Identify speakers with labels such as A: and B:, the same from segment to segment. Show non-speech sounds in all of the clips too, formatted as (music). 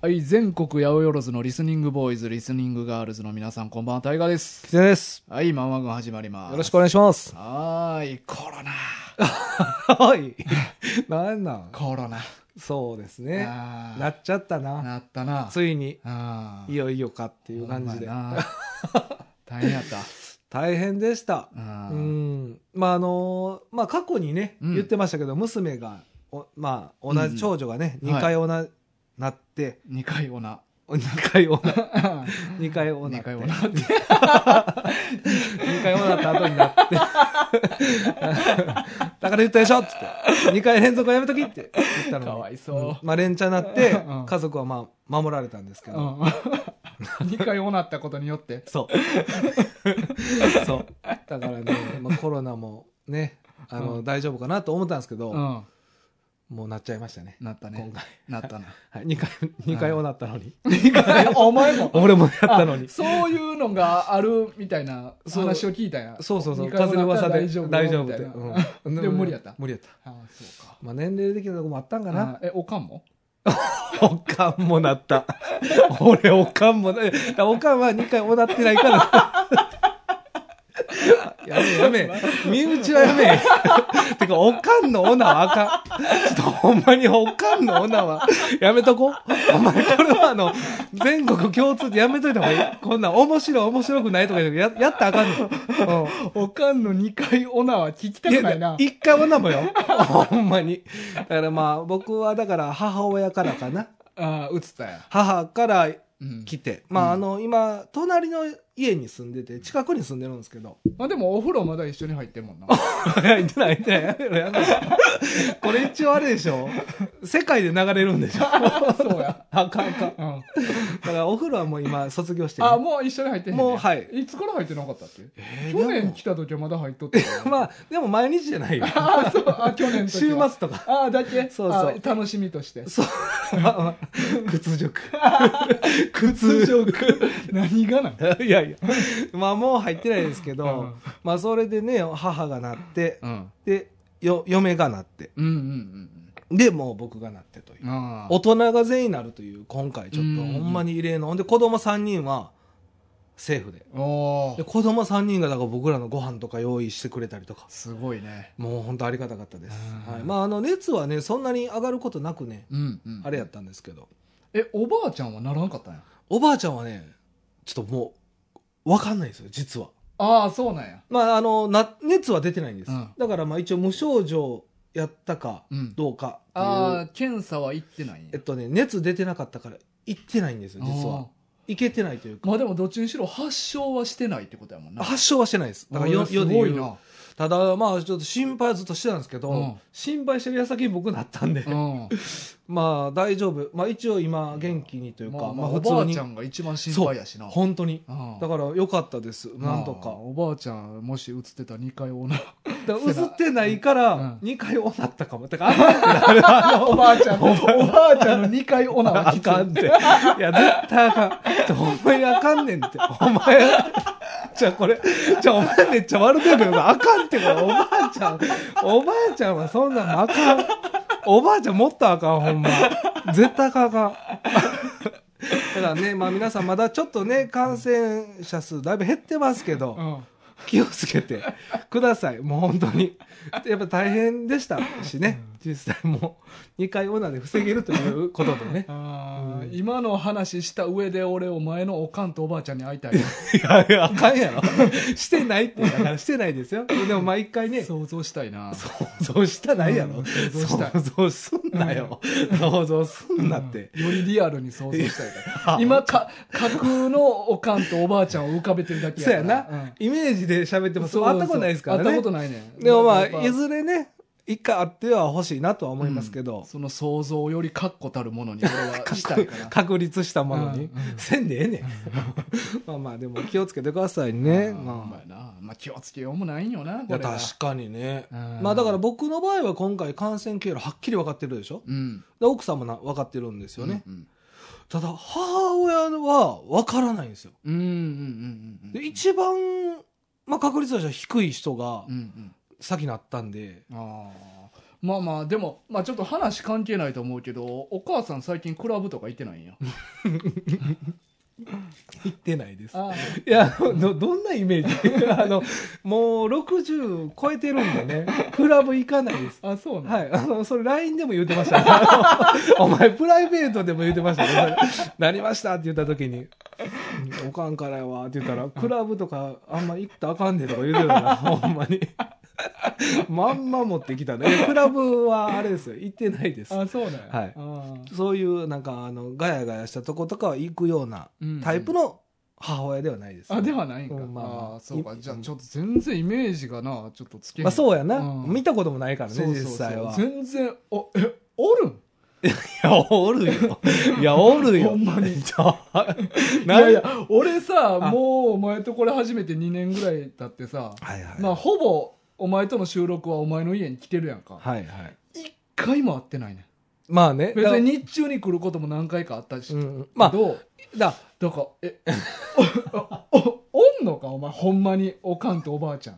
A: はい、全国八百万のリスニングボーイズ、リスニングガールズの皆さん、こんばんは、タイガーです。
B: キツネです。
A: はい、マンマ軍始まります。
B: よろしくお願いします。
A: はーい、コロナ、
B: はい。 (laughs) なんなん
A: コロナ。
B: そうですね。
A: あー
B: なっちゃったな。
A: なったな。
B: ついに、
A: あー
B: いよいよかっていう感じで
A: ほ。んまや
B: (laughs)
A: な大変やった。
B: 大変でした。
A: あ
B: う
A: ー
B: ん。まあ、あのーまあ、過去にね、
A: うん
B: 言ってましたけど、娘が、おまあ、
A: うんう
B: 同
A: ん
B: じ、長女がね、
A: はい
B: 2回おな、なって、
A: 二回おな。
B: 2回おな、
A: 二
B: 2回おなって。
A: 回おなって。
B: 2回もなった後になって。だから言ったでしょっつって。2回連続はやめときって言ったのに。
A: かわいそうん
B: まあ連チャンなって
A: うん、
B: 家族はまあ守られたんですけ
A: う
B: ど。
A: ん (laughs) 二回おなったことによって。
B: そう。そう。だからね、まあ、コロナもね、あの、
A: う
B: 大丈夫かなと思ったんですけど、
A: うん。
B: もうなっちゃいましたね。
A: なったね
B: 今。回。
A: なったな。
B: はい、2回、二回もなったのに。
A: お前も。
B: 俺もやったのに
A: あ。そういうのがあるみたいな
B: そう
A: 話を聞いたんや
B: そうそうそう、
A: 二回
B: 風の
A: もなった
B: 噂
A: ら
B: で。
A: 大丈夫
B: 大丈夫
A: み
B: った
A: い
B: て。
A: な
B: う
A: (laughs)
B: ん
A: でも無理やった
B: 無理やった。
A: ああそうか
B: まあ年齢的なとこもあったんかな。
A: ああえおかんも
B: (laughs) おかんもなった。 (laughs) 俺、おかんもな、おかんは2回もなってないから。やめ (laughs) やめ。身内はやめ。 (laughs) てか、おかんの女はあかん。ちょっとほんまにおかんの女は、やめとこう。お前、これはあの、全国共通でやめといた方がいい。こんなん面白い面白くないとか言うけどややったらあかんの。うん。
A: おかんの2回オナは聞きたくないな
B: 一回もなもよ。ほんまに。だからまあ、僕はだから母親からかな。
A: ああ映ったや
B: 母から
A: うん
B: 来て、ま
A: うん
B: ああの今隣の家に住んでて近くに住んでるんですけど
A: まあでもお風呂まだ一緒に入ってる
B: (laughs)
A: もんな
B: 入ってない入ってないやめろやめろこれ一応あれでしょ世界で流れるんでしょ
A: そうや
B: あかんあかんだ
A: うん
B: からお風呂はもう今卒業してる
A: あもう一緒に入ってへんねん
B: もうはい
A: いつから入ってなかったっけ
B: えー
A: 去
B: で
A: 年
B: も
A: 来た時はまだ入っとったよ
B: まあでも毎日じゃないよ
A: あそうあ去年の時
B: 週末
A: は
B: とか
A: ああだけ
B: そうそ
A: あ
B: う
A: 楽しみと
B: (laughs)
A: して
B: そう屈辱
A: 屈辱何がなん (laughs)
B: いやいやまあもう入ってないですけど、
A: うん
B: まあそれでね母がなって
A: うん
B: でよ嫁がなって
A: うんうん
B: でもう僕がなってという
A: うんああ
B: 大人が全員なるという今回ちょっと
A: うん
B: ほんまに異例のほんで子供3人はセーフで
A: おー
B: で子供3人がだから僕らのご飯とか用意してくれたりとか
A: すごいね
B: もう本当ありがたかったです、
A: うん
B: はい、まああの熱はねそんなに上がることなくね
A: うんうん
B: あれやったんですけど
A: えおばあちゃんはならんかったんや
B: おばあちゃんはねちょっともう分かんないんですよ実は
A: ああそうなんや
B: まああのな熱は出てないんです、
A: うん
B: だからまあ一応無症状やったか
A: うん
B: どうかっていう、
A: ああ検査は行ってないんや
B: えっとね熱出てなかったから行ってないんですよ実は行けてないというか
A: あーまあでもどっちにしろ発症はしてないってことやもんな
B: 発症はしてないです。だから
A: あ
B: よ
A: ーす
B: 世で
A: ごい
B: 言う。
A: な
B: ただ、まあ、ちょっと心配はずっとしてたんですけど、
A: うん
B: 心配してる矢先に僕なったんで、
A: う (laughs) ん
B: まあ、大丈夫。まあ、一応今、元気にというか、
A: まあま
B: ま
A: あ
B: あ、
A: お
B: 普
A: ばあ
B: 通に
A: ちゃ。んが一番心配やしな
B: 本当に。
A: うん
B: だから、良かったです。なんと
A: まあ
B: か。
A: おばあちゃんもし映ってた2回オーナー
B: だから、
A: せな
B: 映ってないか
A: う
B: ら
A: ん、
B: 2回おなったかも。だから、あかんってなる。あ
A: (laughs)
B: の
A: おばあちゃんおばあちゃんの2回オーナーは (laughs)
B: あ
A: きつい
B: かんって。いや、絶対あかん。ほんまにあかんねんって。お前、じゃあこれ、じゃあお前めっちゃ悪てるけど、あかんってこれ、おばあちゃん、おばあちゃんはそんなんもあかん。おばあちゃんもっとあかん、ほんま。絶対あかんあかん。だからね、まあ皆さんまだちょっとね、感染者数だいぶ減ってますけど、
A: うん
B: 気をつけてください。もう本当に。やっぱ大変でしたしね、実際もう2回オナで防げるということでね。
A: あー今の話した上で俺お前のおかんとおばあちゃんに会いたい (laughs) わ
B: いやいや、あかんやろ。
A: (laughs)
B: してないって、だからしてないですよ。でも毎回ね、想
A: 想像したいな
B: 像したないやろ。
A: うん想像したい
B: 想像すんなよ。想像すんなって。
A: よりリアルに想像したいか
B: い
A: ら
B: や
A: 今か架空のおかんとおばあちゃんを浮かべてるだけ
B: そう
A: や
B: や
A: から
B: な。イメージで喋って
A: うん
B: も、そう、会ったことないですからね。
A: 会ったことないね
B: でもまあ、
A: だから
B: いずれね、一回会っては欲しいなとは思いますけ
A: うん
B: ど、
A: その想像より確固たるものに俺
B: (laughs)
A: はしたいから
B: 確立したもの
A: う
B: に
A: んうん、
B: せんでええねん。 (laughs) まあまあ、でも気をつけてくださいね。
A: うんほんま
B: まあ
A: やなまあ気をつけようもないんよない
B: や
A: これは
B: 確かにね。
A: うん
B: まあだから僕の場合は今回感染経路はっきり分かってるでしょ
A: うん
B: で奥さんもな分かってるんですよね、
A: うんうん
B: ただ母親は分からないんですよ
A: うんうんうんうん
B: で一番、まあ、確率としては低い人が
A: うんうん
B: 先なったんで、
A: ああまあまあでも、まあ、ちょっと話関係ないと思うけどお母さん最近クラブとか行ってないん
B: (laughs)
A: や
B: 行ってないです
A: あ
B: いやあのどどんなイメージ (laughs) あのもう60超えてるんでねクラブ行かないです
A: あそうなん、
B: はいあのそれ LINE でも言ってました、ね、 (laughs) あのお前プライベートでも言ってましたねそれなりましたって言った時に「うんおかんからやわ」って言ったら「クラブとかあんま行ったらあかんね」とか言うてるからほんまにまんま持ってきたねいやクラブはあれですよ行ってないです
A: あそうなんや
B: はい
A: あ
B: そういうなんかあのガヤガヤしたとことかは行くような
A: うんうん
B: タイプの母親ではないです、
A: あではないんか、
B: うんまあまあ
A: あーそうか
B: い
A: じゃあちょっと全然イメージがなちょっとつけへん
B: まあそうやな、
A: うん
B: 見たこともないからね
A: そうそうそう
B: 実際は
A: 全然おえおるん
B: いやおるよいやおるよ
A: (laughs) ほんまに
B: (laughs) ちょ
A: い
B: なん
A: やいや俺さ
B: あ
A: もうお前とこれ始めて2年ぐらい経ってさ
B: はいはい、
A: まあほぼお前との収録はお前の家に来てるやんか
B: はいはい
A: 一回も会ってないね
B: まあね
A: 別に日中に来ることも何回かあったし、
B: だからうん、まあ
A: どう
B: だ
A: だからえおおおんのかお前ほんまにおかんとおばあちゃん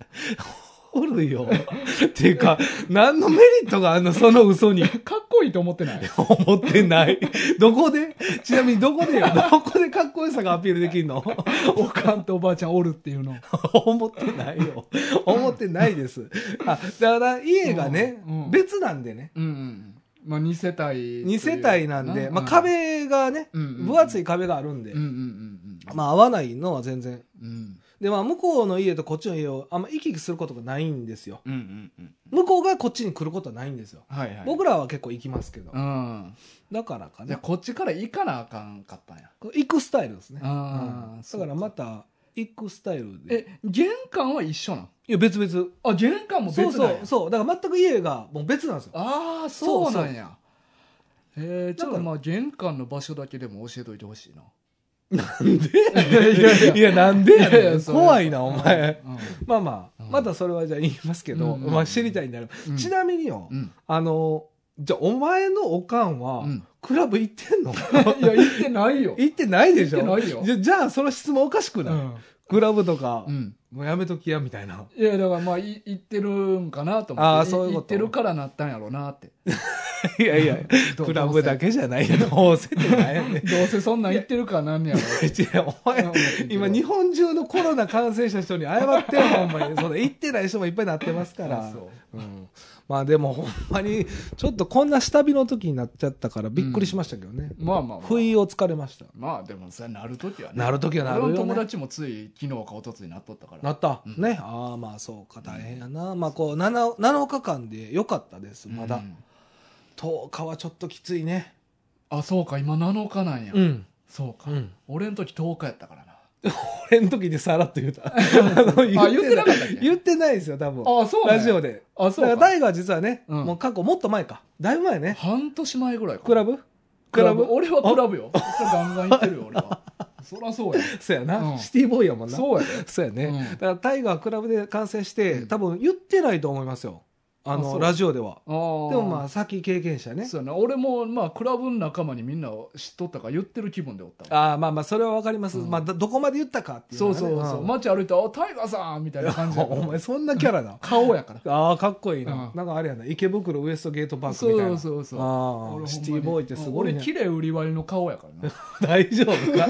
B: おるよ (laughs) っていうか何のメリットがあんのその嘘に (laughs)
A: かっこいいと思ってない
B: 思ってないどこでちなみにどこ
A: (laughs)
B: でよどこでかっこよさがアピールできるの (laughs)
A: おかんとおばあちゃんおるっていうの
B: 思ってないよ。思ってないです。あ、だから家がね、
A: うんうん
B: 別なんでね。
A: うんうんまあ2世帯
B: 2世帯なんで、まあ、
A: うん
B: 壁がね、
A: うんうんうん
B: 分厚い壁があるんで、
A: うんうんうんうん
B: まあ合わないのは全然。
A: うん
B: で、まあ向こうの家とこっちの家をあんま行き来することがないんですよ。
A: うんうんうん
B: 向こうがこっちに来ることはないんですよ。
A: はいはい
B: 僕らは結構行きますけど。
A: うん
B: だからか
A: じゃあ
B: ね。
A: こっちから行かなあかんかったんや
B: 行くスタイルですね。
A: あー
B: うん
A: そ
B: だ
A: う
B: からまた、行くスタイルで。
A: え玄関は一緒なん
B: いや、別々。
A: あ玄関も別な
B: そうん
A: や
B: そう、そう。だから全く家がもう別なんですよ。
A: ああそうなんやえー、ちょっと
B: だから
A: まあ玄関の場所だけでも教えといてほしいな
B: なんで
A: いやいや
B: (laughs) いや、なんでや
A: いやい
B: ね
A: や
B: ん。
A: それ
B: 怖いな、お前。
A: うん
B: まあまあ
A: う、ん
B: またそれはじゃあ言いますけど、
A: うんうん
B: まあ知りたいんであれば。
A: うん
B: ちなみによ、
A: うん
B: あの、じゃあお前のおかんは
A: うん、
B: クラブ行ってんの
A: いや行ってないよ
B: (laughs) 行ってないでしょ
A: 行ってないよ
B: じゃじゃあその質問おかしく
A: う
B: ない
A: ん、
B: クラブとか
A: う、ん、
B: もうやめときや、みたいな。
A: いやだからまあい行ってるんかなと思って
B: あーそういうこと
A: 行ってるからなったんやろうな
B: (laughs)
A: って
B: いやいや、
A: どう
B: クラブだけじゃないよ。どうせってないやね (laughs) ん
A: どうせそんなん言ってるからなんねやろう
B: 違うお前
A: うん
B: 今日本中のコロナ感染した人に謝ってよほんまにそんな行ってない人もいっぱいなってますから
A: あそう
B: うん、まあでもほんまにちょっとこんな下火の時になっちゃったからびっくりしましたけどね、
A: まあまあまあ
B: 不意をつかれました
A: まあでもそれなるときはね
B: なる時はなるよね
A: 俺の友達もつい昨日かおとついなっとったから
B: なった、ねああまあそうか大変やな、まあこう 7, 7日間でよかったですまだ、
A: うん
B: 10日はちょっときついね
A: あそうか今7日なんや、
B: うん
A: そうか、
B: うん
A: 俺の時10日やったからな
B: 俺の時にさらっと言うた (laughs) あの
A: あ言ってなかったっけ
B: (laughs) 言ってないですよ多分
A: あそうなんや
B: ラジオで
A: あ
B: だ
A: そ
B: か
A: う
B: ら
A: か
B: 大悟は実はね、
A: うん
B: もう過去もっと前かだいぶ前ね
A: 半年前ぐらいか
B: クラブ (laughs)
A: ク
B: ク
A: ラ
B: ラ
A: ブ
B: ブ
A: 俺はクラブよそれガンガン行ってるよ俺
B: (laughs)
A: はそりゃそうや
B: そうやな、
A: うん
B: シティボーイやもんなそう
A: そうやで
B: やね、
A: うん
B: だからタイガークラブで観戦して、
A: うん
B: 多分言ってないと思いますよあ
A: あ
B: の
A: そう
B: ラジオでは
A: あー
B: でもまあ先経験者ね
A: そうやな俺もまあクラブの仲間にみんな知っとったから言ってる気分でおったわ
B: ああまあまあそれは分かります、
A: うん
B: まあどどこまで言ったかっていうの
A: そ
B: は
A: う
B: ね
A: そうそう、
B: ん
A: 街歩いたら「あタイガーさん!」みたいな感じやから
B: お前そんなキャラだ
A: 顔やから
B: ああかっこいいな、
A: うん
B: なんかあれやな池袋ウエストゲートパークみたい
A: そ
B: な
A: うそうそう
B: あ
A: 俺
B: あシティボーイってすご
A: ほ
B: い
A: んまにうん
B: ね
A: 俺綺麗売り割りの顔やからな
B: 大丈夫かい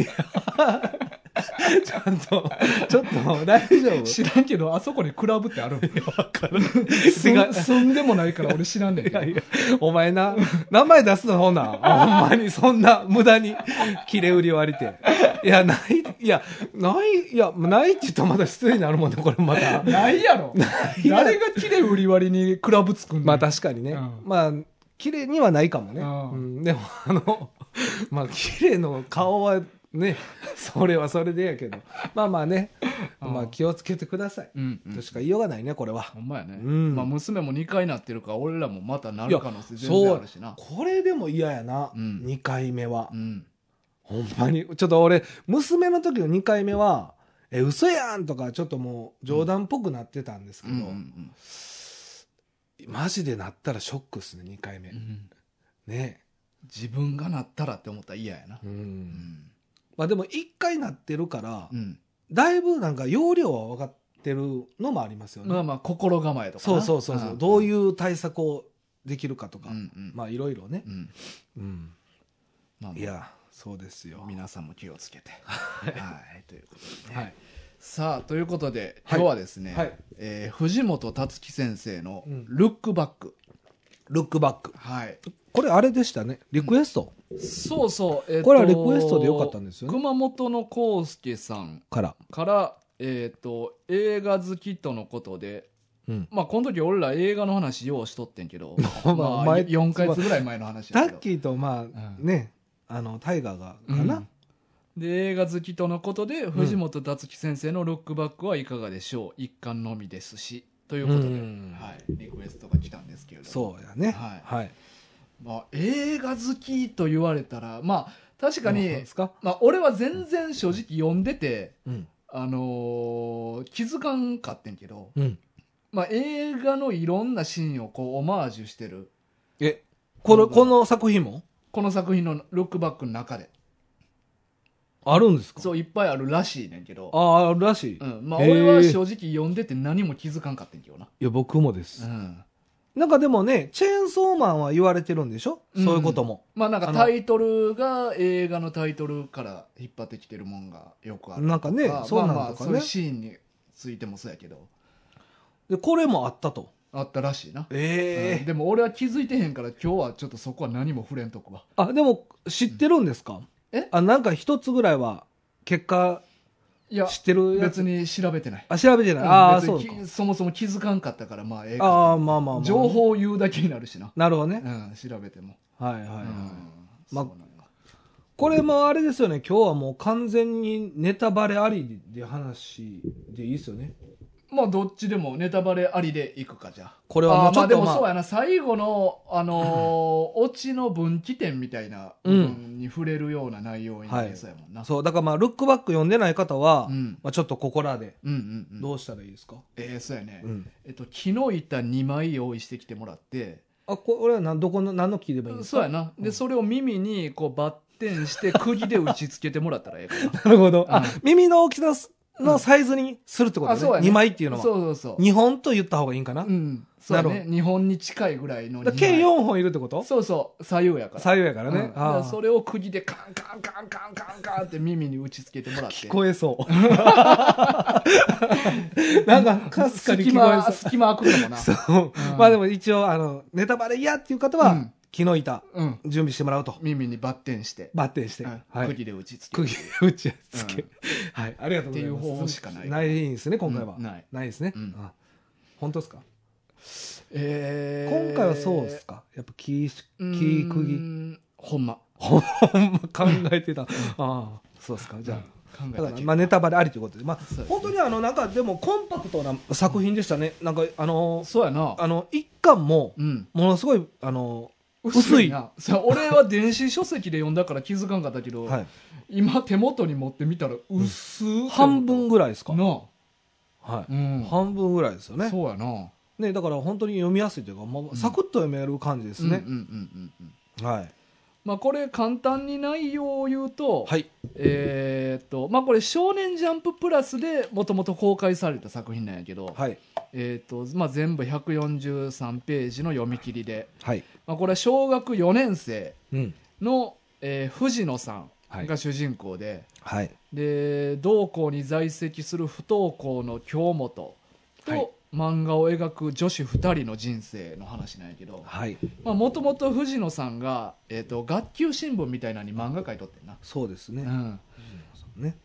B: やちゃんとちょっと大丈夫
A: 知らんけどあそこにクラブってあるん (laughs)
B: てか
A: す住んでもないから俺知らんねんけ
B: い
A: ど
B: やいや、お前な、名前出すな、ほんなん。ほんまに、そんな、無駄に、切れ売り割りて。いや、ない、いや、ない、いや、ないって言ったらまだ失礼になるもんね、これまた。
A: ないやろ誰が綺麗売り割りにクラブつくんねん
B: まあ確かにね。
A: うん
B: まあ、綺麗にはないかもね。
A: うん
B: うんでも、あの、まあ、綺麗の顔はね、それはそれでやけど。まあまあね、
A: うん
B: まあ気をつけてください。
A: うんうん
B: としか言いようがないね、これは
A: ほ。んまやね、
B: うん
A: まあ、娘も2回なってるから俺らもまたない
B: や
A: る可能性全然
B: そ
A: あ
B: う
A: るしな
B: これでも嫌やな、
A: うん
B: 2回目は
A: う、ん、
B: ほんまにちょっと俺娘の時の2回目は「え嘘やん!」とかちょっともう冗談っぽくなってたんです
A: う
B: け
A: ん
B: ど、
A: うん
B: マジでなったらショックっすね2回目、
A: うん、
B: ね
A: 自分がなったらって思ったら嫌やな
B: うん、
A: うん
B: まあでも1回なってるから、
A: うん
B: だいぶなんか容量は分かっってるのもありますよね。
A: まあまあ心構えとか
B: そうそうそうそう、どういうう対策をできるかとか、
A: か、うんうん
B: まあいろいろね
A: う、ん、
B: うん
A: なん
B: い
A: で
B: やそうですよ
A: 皆さんも気をつけて
B: (laughs)
A: はいということでね、
B: はい
A: さあということで
B: はい
A: 今日はですね、
B: はい
A: えー藤本達樹先生の
B: うん
A: 「ルックバック
B: ルックバック」
A: はい
B: これあれでしたねリクエスト
A: そうそう、え
B: これはリクエストでよかったんですよね
A: 熊本の康介さん
B: から、
A: から、えー、と映画好きとのことで
B: うん、
A: まあこの時俺ら映画の話ようしとってんけど
B: (laughs) まあ
A: まあ
B: 前
A: 4ヶ月ぐらい前の話だ
B: タ
A: け
B: ッ
A: ど
B: キーとまあ、
A: うん
B: ねあのタイガーがかな、
A: うんで映画好きとのことで藤本達樹先生の「ロックバック」はいかがでしょう、一巻のみですしということで、
B: うん
A: はい、リクエストが来たんですけれども
B: そうやね
A: はい
B: はい、
A: まあ、映画好きと言われたらまあ確かに、
B: どうですか、
A: まあ、俺は全然正直読んでて、
B: うん
A: あのー気づかんかってんけど、
B: うん、
A: まあ、映画のいろんなシーンをこうオマージュしてる
B: えこれこの作品も
A: この作品の「ロックバック」の中で
B: あるんですか
A: そういっぱいあるらしいねんけど、
B: ああるらしい、
A: う
B: い
A: んまあ、
B: へー
A: 俺は正直読んでて何も気づかんかってんけどな、
B: や僕もです、
A: うん、
B: なんかでもねチェーンソーマンは言われてるんでしょ、そういうことも
A: まあなん
B: あ
A: か
B: の
A: タイトルが映画のタイトルから引っ張ってきてるもんがよくある
B: なんかね
A: まあ
B: そう
A: ま
B: な
A: あ
B: ん
A: ま
B: と
A: あ
B: か
A: そうい
B: ね
A: うシーンについてもそうやけど
B: でこれもあったと
A: あったらしいな、
B: え
A: うんでも俺は気づいてへんから今日はちょっとそこは何も触れんとくわ
B: あでも知ってるんですか、
A: え
B: あなんか一つぐらいは結果
A: いや
B: 知ってるや
A: 別
B: つ
A: に調べてない
B: あ調べてない、ああ
A: 別
B: そ
A: に
B: う
A: き
B: か
A: そもそも気づかんかったからまあええか
B: ああまあまあまあ、
A: 情報を言うだけになるしな、
B: なるほどね、
A: うん、調べても、
B: はいはいはい、
A: うん
B: ま
A: そうな
B: あ
A: んや
B: これもあれですよね今日はもう完全にネタバレありで話でいいですよね
A: まあどっちでもネタバレありでいくかじゃあ
B: これはも
A: あー
B: うち
A: ま
B: ょ
A: あ
B: っ
A: で
B: と
A: も
B: まあ
A: そうやな最後の、あ
B: (laughs)
A: のーオチの分岐点みたいな部分に触れるような内容になりそうやもんな、
B: そうだからまあルックバック読んでない方は、
A: うん
B: まあ、ちょっとここらで
A: うんうんうん
B: どうしたらいいですか、
A: ええそうやね、
B: うん
A: えっと木の板2枚用意してきてもらって
B: あこれは何どこの何の切ればいいんですか
A: そうやな、でそれを耳にこうバッテンして釘で打ち付けてもらったらええか
B: なるほど、あ
A: うん
B: 耳の大きさす
A: う
B: の
A: ん
B: サイズにするってこと
A: あ
B: ね、
A: そうやね
B: 2枚っていう
A: な
B: の
A: そ
B: は
A: うそうそう
B: 2本と言った方がいいんかな、
A: うんそうや
B: なる
A: ね日本に近いぐらいの
B: だから計
A: 二枚
B: 4本いるってこと
A: そうそう左右やから
B: 左右やから
A: うん
B: ね、
A: だ
B: あ
A: か
B: あ
A: らそれを釘でカンカンカンカンカンカンって耳に打ち付けてもらって
B: 聞こえそう (laughs) なんかかすかに聞
A: 隙
B: こ
A: 間
B: え
A: 隙間開くのもな
B: (laughs) そうそう、
A: うん
B: まあでも一応あのネタバレ嫌っていう方は、
A: うん
B: 木の板
A: うん、
B: 準備してもらうと
A: 耳にバッテンして、
B: バッテンして、
A: うん
B: はい、
A: 釘で打ち付け
B: 釘
A: る
B: 打ちやつけ、
A: うん
B: はいありがとうございます
A: っていう方法しかない
B: ないんですね今回は、
A: うんない
B: ですね、
A: うん
B: あ本当ですか、
A: え
B: 今回はそうですかやっぱ木し木釘
A: 釘ほんま
B: ほんま (laughs) 考えてたああそうですかじゃあ、
A: 考え
B: だか
A: た
B: ら
A: け
B: まあネタバレありということで、ま
A: そうです
B: あ、
A: ね
B: 本当にあのなんかでもコンパクトな作品でしたね、なんかあの
A: そうやな
B: あの一巻も
A: うん
B: ものすごいあの
A: 薄
B: 薄
A: い
B: い、
A: なそう俺は電子書籍で読んだから気づかんかったけど、
B: はい、
A: 今手元に持ってみたら薄い
B: 半分ぐらいですか、
A: なあ、
B: は
A: う
B: い
A: ん
B: 半分ぐらいですよね
A: そうやな
B: ねだから本当に読みやすいというか、まあ、サクッと読める感じです
A: うんうん
B: ね
A: う、んうん
B: はい、
A: まあこれ簡単に内容を言うと、
B: はい、
A: えーっとまあこれ「少年ジャンププラス」でもともと公開された作品なんやけど、
B: はい
A: えーとまあ、全部143ページの読み切りで、
B: はい
A: まあ、これは小学4年生
B: うん
A: の、えー藤野さん
B: はい
A: が主人公で,、
B: はい
A: で同校に在籍する不登校の京本と、
B: はい
A: 漫画を描く女子2人の人生の話なんやけど
B: はい
A: もともと藤野さんが、えー、と学級新聞みたいなのに漫画書いとってんな。
B: そうですね、
A: うん
B: ね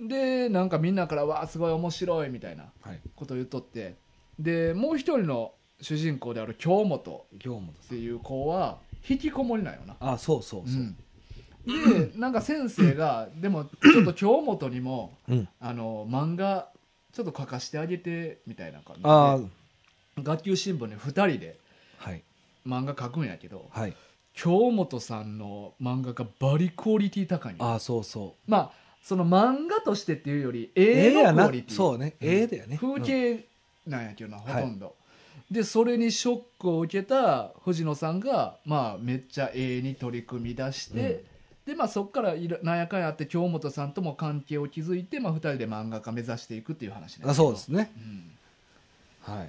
A: でなんかみんなから「わあすごい面白い」みたいな
B: はい
A: ことを言っとってでもう一人の主人公である京本
B: 今日も
A: っ
B: です
A: ていう子は引きこもりなんよな、
B: あそうそうそう、
A: うんでなんか先生がでもちょっと京本にも
B: うん
A: あの漫画ちょっと書かしてあげてみたいな感じで
B: あ
A: 学級新聞に2人で
B: はい
A: 漫画書くんやけど
B: はい
A: 京本さんの漫画がバリクオリティ高いんよ
B: あそうそう
A: まあその漫画としてっていうより絵
B: ええ
A: の
B: や
A: ク
B: な
A: オリティ
B: そうねええだよね
A: 風景なんやけどな、
B: ん
A: ほとんど、でそれにショックを受けた藤野さんが、まあ、めっちゃ絵に取り組み出して、でまあそこからいろなんやかんやあって京本さんとも関係を築いて、まあ、2人で漫画家目指していくっていう話なん
B: あ
A: けど
B: そうですね
A: うん
B: はい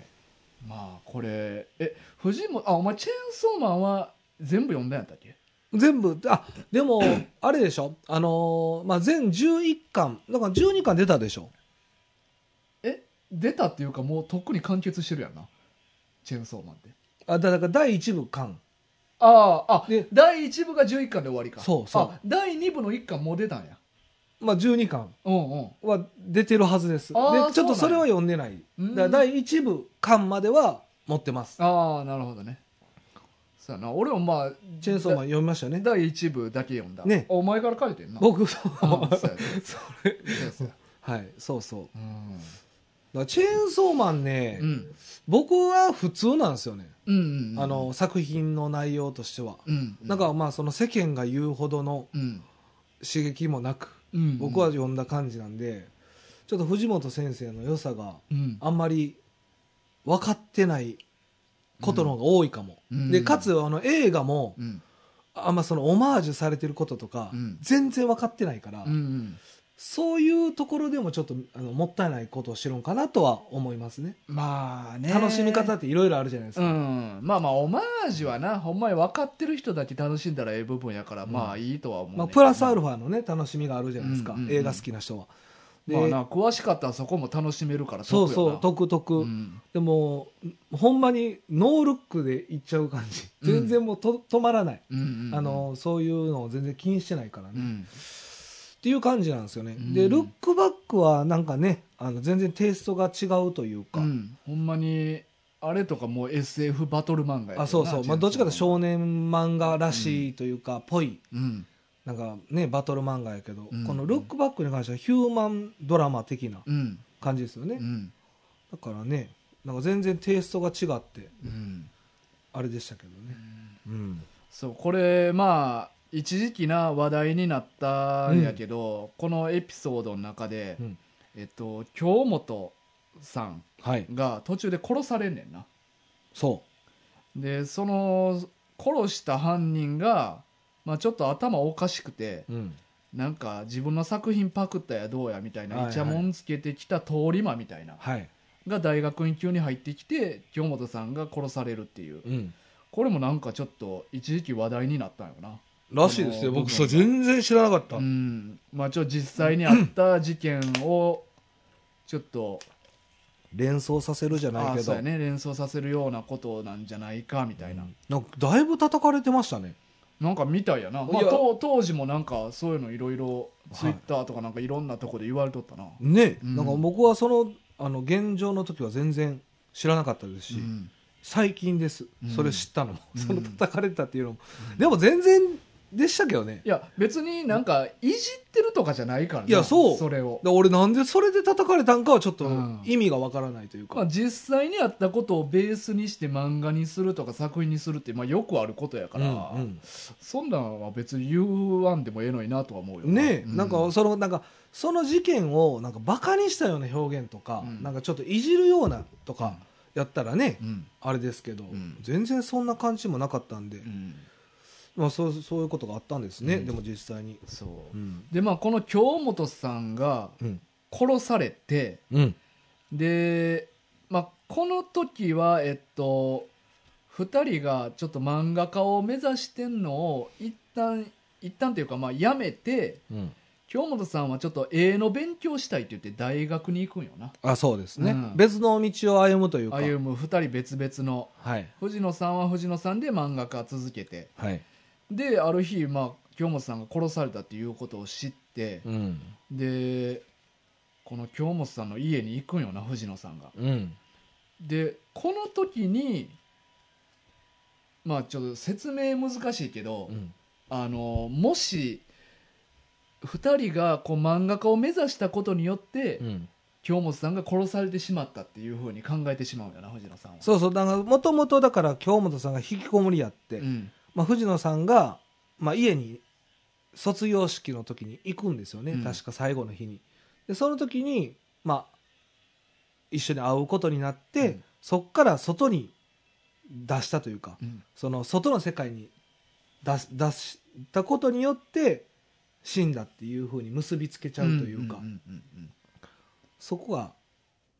A: まあこれえ藤本あお前チェーンソーマンは全部読んだんやったっけ
B: 全部あでもあれでしょあのーまあ全11巻だから12巻出たでしょ
A: え出たっていうかもうとっくに完結してるやんなチェーンソーマンって
B: あだだから第1部巻
A: あああ
B: で
A: 第1部が11巻で終わりか
B: そうそう
A: あ第2部の1巻もう出たんや
B: まあ12巻
A: うんうん
B: は出てるはずですでち
A: あー
B: ょっと
A: そうな
B: それ
A: んや
B: は読んでない
A: うん
B: だから第1部巻までは持ってます
A: ああなるほどねそうやな俺もまあ
B: チェーンソーマン読みまし
A: (laughs)
B: たね
A: だ第1部だけ読んだ、
B: ね
A: お前から書いてんな
B: 僕そう
A: あ (laughs) そうやね
B: (laughs) それ
A: そうそう
B: はいそうそうだか
A: うん
B: らチェーンソーマンね、
A: うん
B: 僕は普通なんですよね、
A: うんうん
B: あの作品の内容としては、
A: うん
B: なんかまあその世間が言うほどの
A: うん
B: 刺激もなく、
A: うん
B: 僕は読んだ感じなんでちょっと藤本先生の良さが
A: うん
B: あんまり分かってないことの方が多いかも、
A: うん
B: でかつあの映画も
A: うん
B: あんまそのオマージュされてることとか
A: うん
B: 全然分かってないから、
A: うんうん
B: そういうところでもちょっとあのもったいないことをしろんかなとは思いますね
A: まあね
B: 楽しみ方っていろいろあるじゃないです
A: う
B: か、
A: んまあまあオマージュはなほんまに分かってる人だけ楽しんだらええ部分やから、
B: うん
A: まあいいとは思う、ね
B: まあ、プラスアルファのね楽しみがあるじゃないですか、
A: うんうんうん
B: 映画好きな人はで、
A: まあな詳しかったらそこも楽しめるから
B: そ
A: 得
B: う
A: よ
B: そう
A: な
B: 得得、
A: うん
B: でもほんまにノールックでいっちゃう感じ
A: うん
B: 全然もうと止まらない、
A: うんうんうん
B: あのそういうのを全然気にしてないからね、
A: う
B: っ
A: ん
B: ていう感じなんですよね、
A: うん
B: でルックバックはなんかねあの全然テイストが違うというか、
A: うんほんまにあれとかもう SF バトル漫画やけどな
B: あそうそう、まあ、どっちかというと少年漫画らしいというか、ぽい
A: うん
B: なんかねバトル漫画やけど、
A: うん
B: このルックバックに関してはヒューマンドラマ的な
A: うん
B: 感じですよね、
A: うん
B: だからねなんか全然テイストが違って
A: うん
B: あれでしたけどね、うん
A: そうこれまあ一時期な話題になったんやけど、このエピソードの中で、
B: うん
A: えっと京本さん
B: はい
A: が途中で殺されんねんな
B: そ
A: でその殺した犯人が、まあ、ちょっと頭おかしくて
B: う、うん、
A: なんか自分の作品パクったやどうやみたい
B: はい
A: な
B: はい
A: イチャモンつけてきた通り魔みたいな
B: はい、
A: が大学院急に入ってきて京本さんが殺されるっていう
B: うん、
A: これもなんかちょっと一時期話題になったんよな
B: らしいですよ
A: あの
B: 僕それ全然知らなかった、
A: うんまあちょっと実際にあった事件をちょっと
B: 連想させるじゃ
A: あ
B: ない
A: あ
B: け
A: そう
B: ど、
A: やね連想させるようなことなんじゃないかみたいな、
B: なんかだいぶ叩かれてましたね
A: なんかみたいやな、まあ、
B: いや
A: 当当時もなんかそういうのいろいろ
B: い
A: ツイッターとかなんかいろんなとこで言われとったな、
B: ね、
A: うん
B: なんか僕はそのあの現状の時は全然知らなかったですし、
A: うん
B: 最近です、
A: うん
B: それ知ったのも、
A: うん
B: その叩かれたっていうのも、でも全然でしたけどね
A: いや別になんかいじってるとかじゃないからない
B: やそう
A: それを、
B: で俺なんでそれで叩かれたんかはちょっと
A: うん
B: 意味がわからないというか、
A: まあ、実際にあったことをベースにして漫画にするとか作品にするって、まあ、よくあることやから、
B: うん
A: そんなんは別に言わんでもええのになとは思うよ
B: うんねえ、なん
A: う
B: かそのなんかその事件をなんかバカにしたような表現とか、
A: うん
B: なんかちょっといじるようなとかやったらね、
A: うん
B: あれですけど、
A: ん
B: 全然そんな感じもなかったんで、
A: うん
B: まあ、そうそういうことがあったんですね、
A: うん
B: でも実際に。
A: そううんでまあこの京本さんが
B: うん
A: 殺されて
B: うん
A: で、まあ、この時はえっと2人がちょっと漫画家を目指してんのを一旦一旦というかまあやめて
B: うん
A: 京本さんはちょっと絵の勉強したいって言って大学に行くんよな
B: あそうですね、
A: うん
B: 別の道を歩むというか
A: 歩む2人別々の
B: はい
A: 藤野さんは藤野さんで漫画家続けて
B: はい
A: である日、まあ、京本さんが殺されたっていうことを知って、
B: うん
A: でこの京本さんの家に行くんよな藤野さんが
B: うん
A: でこの時にまあちょっと説明難しいけど、
B: うん
A: あのもし2人がこう漫画家を目指したことによって、
B: うん
A: 京本さんが殺されてしまったっていうふうに考えてしまうんよな藤野さんは。
B: そうそうだからもともとだから京本さんが引きこもりやって、
A: うん
B: まあ、藤野さんが、まあ、家に卒業式の時に行くんですよね、
A: うん
B: 確か最後の日にでその時に、まあ、一緒に会うことになって、
A: うん
B: そっから外に出したというか
A: うん
B: その外の世界に出す出したことによって死んだっていうふうに結びつけちゃうという
A: ん
B: か、
A: うんうん
B: そこが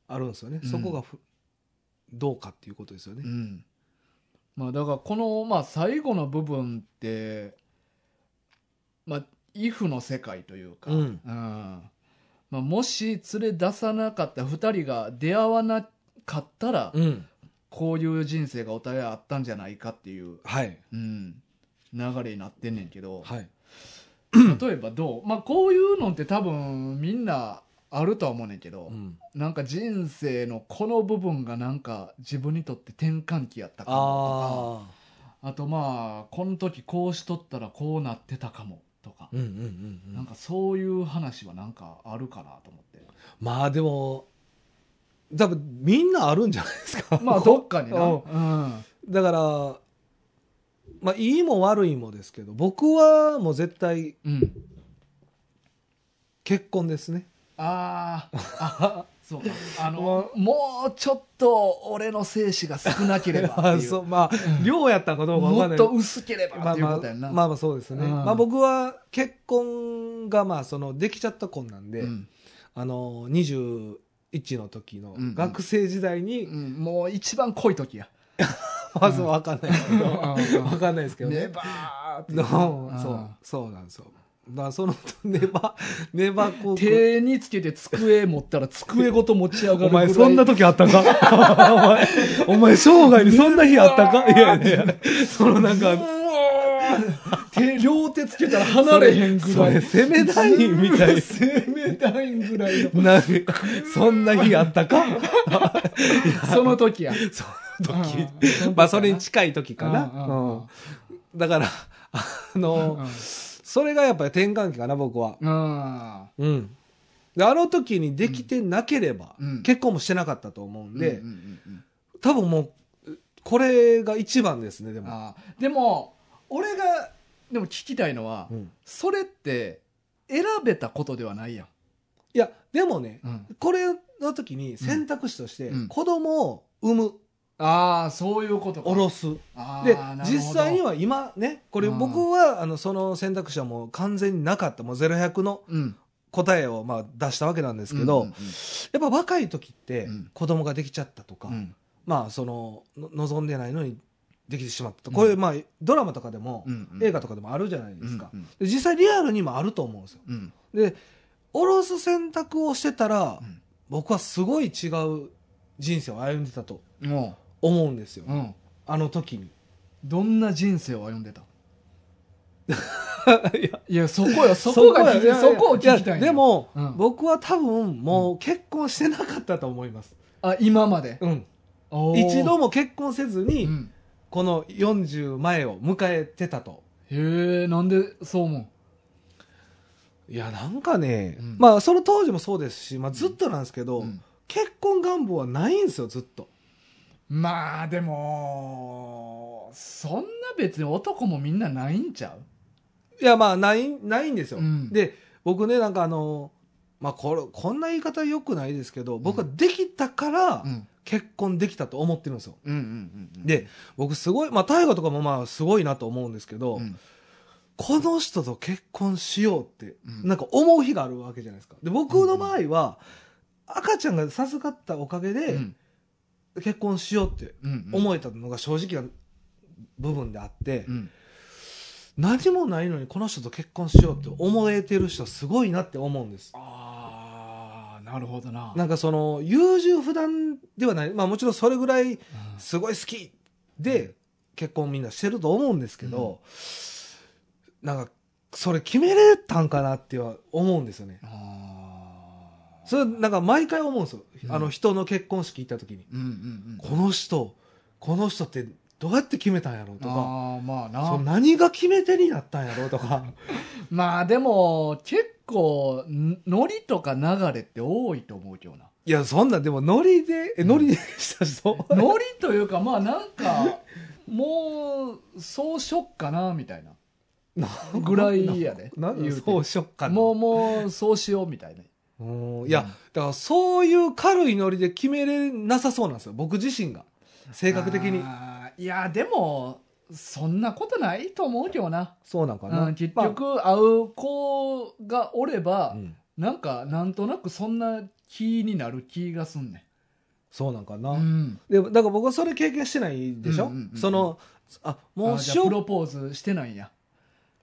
B: あるんですよね、
A: うん
B: そこがふどうかっていうことですよね
A: うん、うんまあだからこの、まあ、最後の部分ってまあ「イフ」の世界というか、
B: うん
A: まあ、もし連れ出さなかった2人が出会わなかったら、
B: うん
A: こういう人生がお互いあったんじゃないかっていう、
B: はい
A: うん、流れになってんねんけど、
B: はい
A: 例えばどう、まあ、こういうのって多分みんなあるとは思うねんけど、
B: うん
A: なんか人生のこの部分がなんか自分にとって転換期やったかも
B: あ
A: とかあとまあこの時こうしとったらこうなってたかもとか
B: あ、うんうんうんうん
A: なんかそういう話はなんかあるかなと思って。
B: まあでも多分みんなあるんじゃないですか
A: まあ (laughs) どっかにな。
B: うん
A: うん。
B: だからまあいいも悪いもですけど僕はもう絶対
A: うん。
B: 結婚ですね
A: あーあ、 (laughs) そうか。あの、もうちょっと俺の精子が少なければって
B: あ
A: い。
B: (laughs) そううまあ量やったんかどうかわか
A: も
B: ん
A: っ
B: ない
A: と薄ければ
B: ま
A: っ
B: あ
A: ていう
B: ま
A: こ
B: あ
A: とやんな。
B: まあまあそうですね、
A: うん
B: まあ僕は結婚がまあそのできちゃった婚なんで、
A: うん
B: あの21の時の
A: うんうん
B: 学生時代に、
A: うんもう一番濃い時や。
B: まあそうわかんないですけど、
A: うん (laughs)
B: わかんないですけどね
A: ネバーって。
B: どう
A: うん
B: そうそうなんですよだからそのネ
A: (laughs)
B: バネバこう
A: 手につけて机持ったら机ごと持ち上がるぐらい。
B: お前そんな時あったんか (laughs) お前、お前生涯にそんな日あったんかいやいやいや、そのなん
A: う
B: か、
A: わー手、両手つけたら離れへんぐ
B: そ
A: ら
B: れ
A: い。
B: 攻めたいみ (laughs) たいな。
A: 攻めたいぐらいの。
B: なそんな日あったか
A: その時や。
B: その時
A: うんその時かな。
B: まあそれに近い時かな。
A: うんうんうん
B: うんだから、あの、それがやっぱり転換期かな、僕は。
A: うん。
B: うん。であの時にできてなければ、
A: うん
B: 結婚もしてなかったと思うんで、
A: うんうんうんうん
B: 多分もう、これが一番ですね、でも。
A: あーでも俺がでも聞きたいのは、
B: うん
A: それって選べたことではないやん、
B: いや、でもね、
A: うん
B: これの時に選択肢として
A: うん
B: 子供を産む、
A: ああそういうことか
B: おろす
A: あー
B: で
A: なるほど
B: 実際には今ねこれ
A: うん
B: 僕はあのその選択肢はもう完全になかったもう0100の
A: うん
B: 答えをまあ出したわけなんですけど、
A: うんうん
B: やっぱ若い時って
A: うん
B: 子供ができちゃったとか、
A: うんうん
B: まあそのの望んでないのにできてしまったと
A: うん
B: これまあドラマとかでも、
A: うんうん
B: 映画とかでもあるじゃないですか、
A: うん
B: で実際リアルにもあると思うんですよ
A: うん
B: でおろす選択をしてたら、
A: うん
B: 僕はすごい違う人生を歩んでたと
A: うんも
B: 思うんですよ、
A: ううん
B: あ
A: (laughs)
B: の時に
A: どんな人生を歩んでた
B: いや
A: いやそこよそこが
B: や
A: 聞
B: いや
A: きそこを聞きたい
B: や
A: んよ
B: でも、
A: うん
B: 僕は多分もう結婚してなかったと思います、
A: あ今まで
B: うん
A: おー
B: 一度も結婚せずに、
A: うん
B: この40前を迎えてたと
A: へえなんでそう思
B: いやなんかね、
A: うん
B: まあその当時もそうですし、まあ、ずっとなんですけ
A: う、
B: ど、
A: うん
B: 結婚願望はないんですよずっと
A: まあでもそんな別に男もみんなないんちゃう
B: いやまあないないんですよ、
A: うん
B: で僕ねなんかあのまあこれこんな言い方よくないですけど僕はできたから
A: ん
B: 結婚できたと思ってるんですよ、
A: うんうんうん
B: で僕すごいまあ大河とかもまあすごいなと思うんですけど、
A: うん
B: この人と結婚しようって
A: うん
B: なんか思う日があるわけじゃないですかで僕の場合は赤ちゃんが授かったおかげ
A: う
B: で
A: ん
B: 結婚しようって
A: うん
B: 思えたのが正直な部分であって、
A: うん
B: 何もないのにこの人と結婚しようって思えてる人すごいなって思うんです
A: ああなるほどな
B: なんかその優柔不断ではないまあもちろんそれぐらい
A: うん
B: すごい好きで結婚みんなしてると思うんですけど、なんかそれ決めれたんかなっては思うんですよね
A: あー
B: それなんか毎回思うんですよ、
A: うん
B: あの人の結婚式行った時に、
A: うんうんうん
B: この人この人ってどうやって決めたんやろうとか
A: ああまあ
B: そう
A: な
B: 何が決め手になったんやろうと (laughs) か
A: まあでも結構
B: (laughs)
A: んノリとか流れって多いと思うけどない
B: やそんなんでもノリでえノリでしたし、
A: (laughs)
B: そう
A: ノリというかまあなん
B: (laughs)
A: かもうそうしよっかなみたいなぐらいやで
B: なん
A: 言
B: で
A: うて
B: そうしよっかな
A: もうもうそうしようみたいな
B: うんいや、だからそういう軽いノリで決めれなさそうなんですよ僕自身が性格的に
A: あーいやでもそんなことないと思うけどな、
B: そうなんかな、
A: うん、結
B: ま
A: 局会う子がおれば、
B: あうん
A: なんかなんとなくそんな気になる気がすんね
B: そうなんか
A: ん、
B: な、
A: うん、
B: でもだから僕はそれ経験してないでしょ、
A: うんうんうんうん
B: そのあもう
A: あじゃ
B: し
A: あ
B: ょ
A: プロポーズしてないんや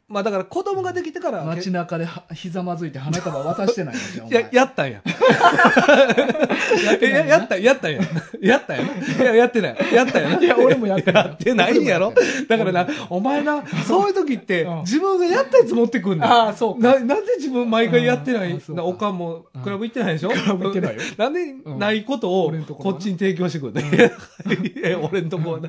B: まあだから子供ができてから、け
A: 街中ではひざまずいて花束渡してないんじゃんお前
B: ややったん (laughs) や
A: てない
B: や
A: な
B: やったやったんややったんやいややってないやったんやない
A: や俺もやってない
B: やってないんやろだからなお前なそういう時って、
A: うん
B: 自分がやったやつ持ってくんだ
A: あそう
B: ななんで自分毎回やってない、
A: うんあそうか
B: なおかんもクラブ行ってないでしょ、
A: クラブ行ってないよ
B: なんで
A: ん
B: ないことを
A: 俺んとこ
B: こ
A: な
B: っちに提供してくんだ、 (laughs) いや俺んとこはな、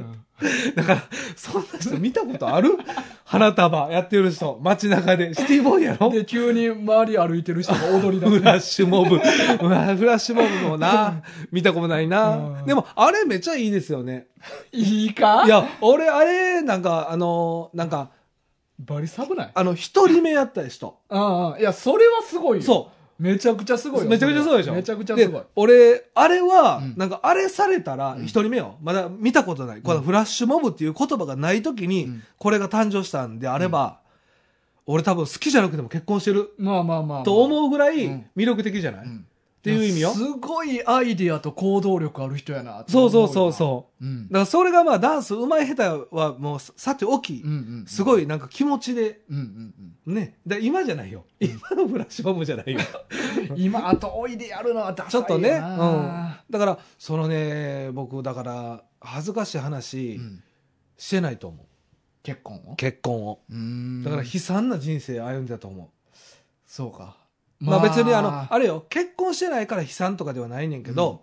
B: だからそんな人見たことある花束やってる人街中でシティボーイやろ
A: で急に周り歩いてる人が踊りだ
B: フ
A: す
B: ラッシュモブ。 (laughs) うわフラッシュモブもな、見たことないな
A: う。ん
B: でも、あれめっちゃいいですよね。
A: いいか
B: いや、俺、あれ、なんか、あの、なんか、
A: バリサブない
B: あの、一人目やった人。
A: ああいやそれはすごいよ
B: そう。
A: めちゃくちゃすごいうよ
B: めちゃくちゃそうでしょ
A: めちゃくちゃすごい
B: で俺、あれは
A: うん、
B: なんか、あれされたら、一人目よ。まだ見たことない。このフラッシュモブっていう言葉がない時
A: う
B: に
A: ん、
B: これが誕生したんであれば、俺多分好きじゃなくても結婚してる
A: まあまあまあ、まあ、
B: と思うぐらい
A: うん
B: 魅力的じゃない、
A: うん
B: っ、ていう意味よ。
A: すごいアイディアと行動力ある人やな
B: そうそうそうそう。
A: う、うん
B: だ、からそれがまあダンス上手い下手はもうささておき、
A: うんうんうん
B: すごいなんか気持ちで
A: うんうん
B: ねだ今じゃないよ今のフラッシュモブじゃないよ
A: うん今後追いでやるのはダ
B: ち
A: サい
B: ょっ
A: よ
B: とね、うん、
A: な
B: だからそのね僕だから恥ずかしい話
A: うん
B: してないと思う、
A: 結婚を
B: 結婚を
A: うーん
B: だから悲惨な人生歩んでたと思う、
A: そうか
B: まあ別にあのあれよ結婚してないから悲惨とかではないねんけど、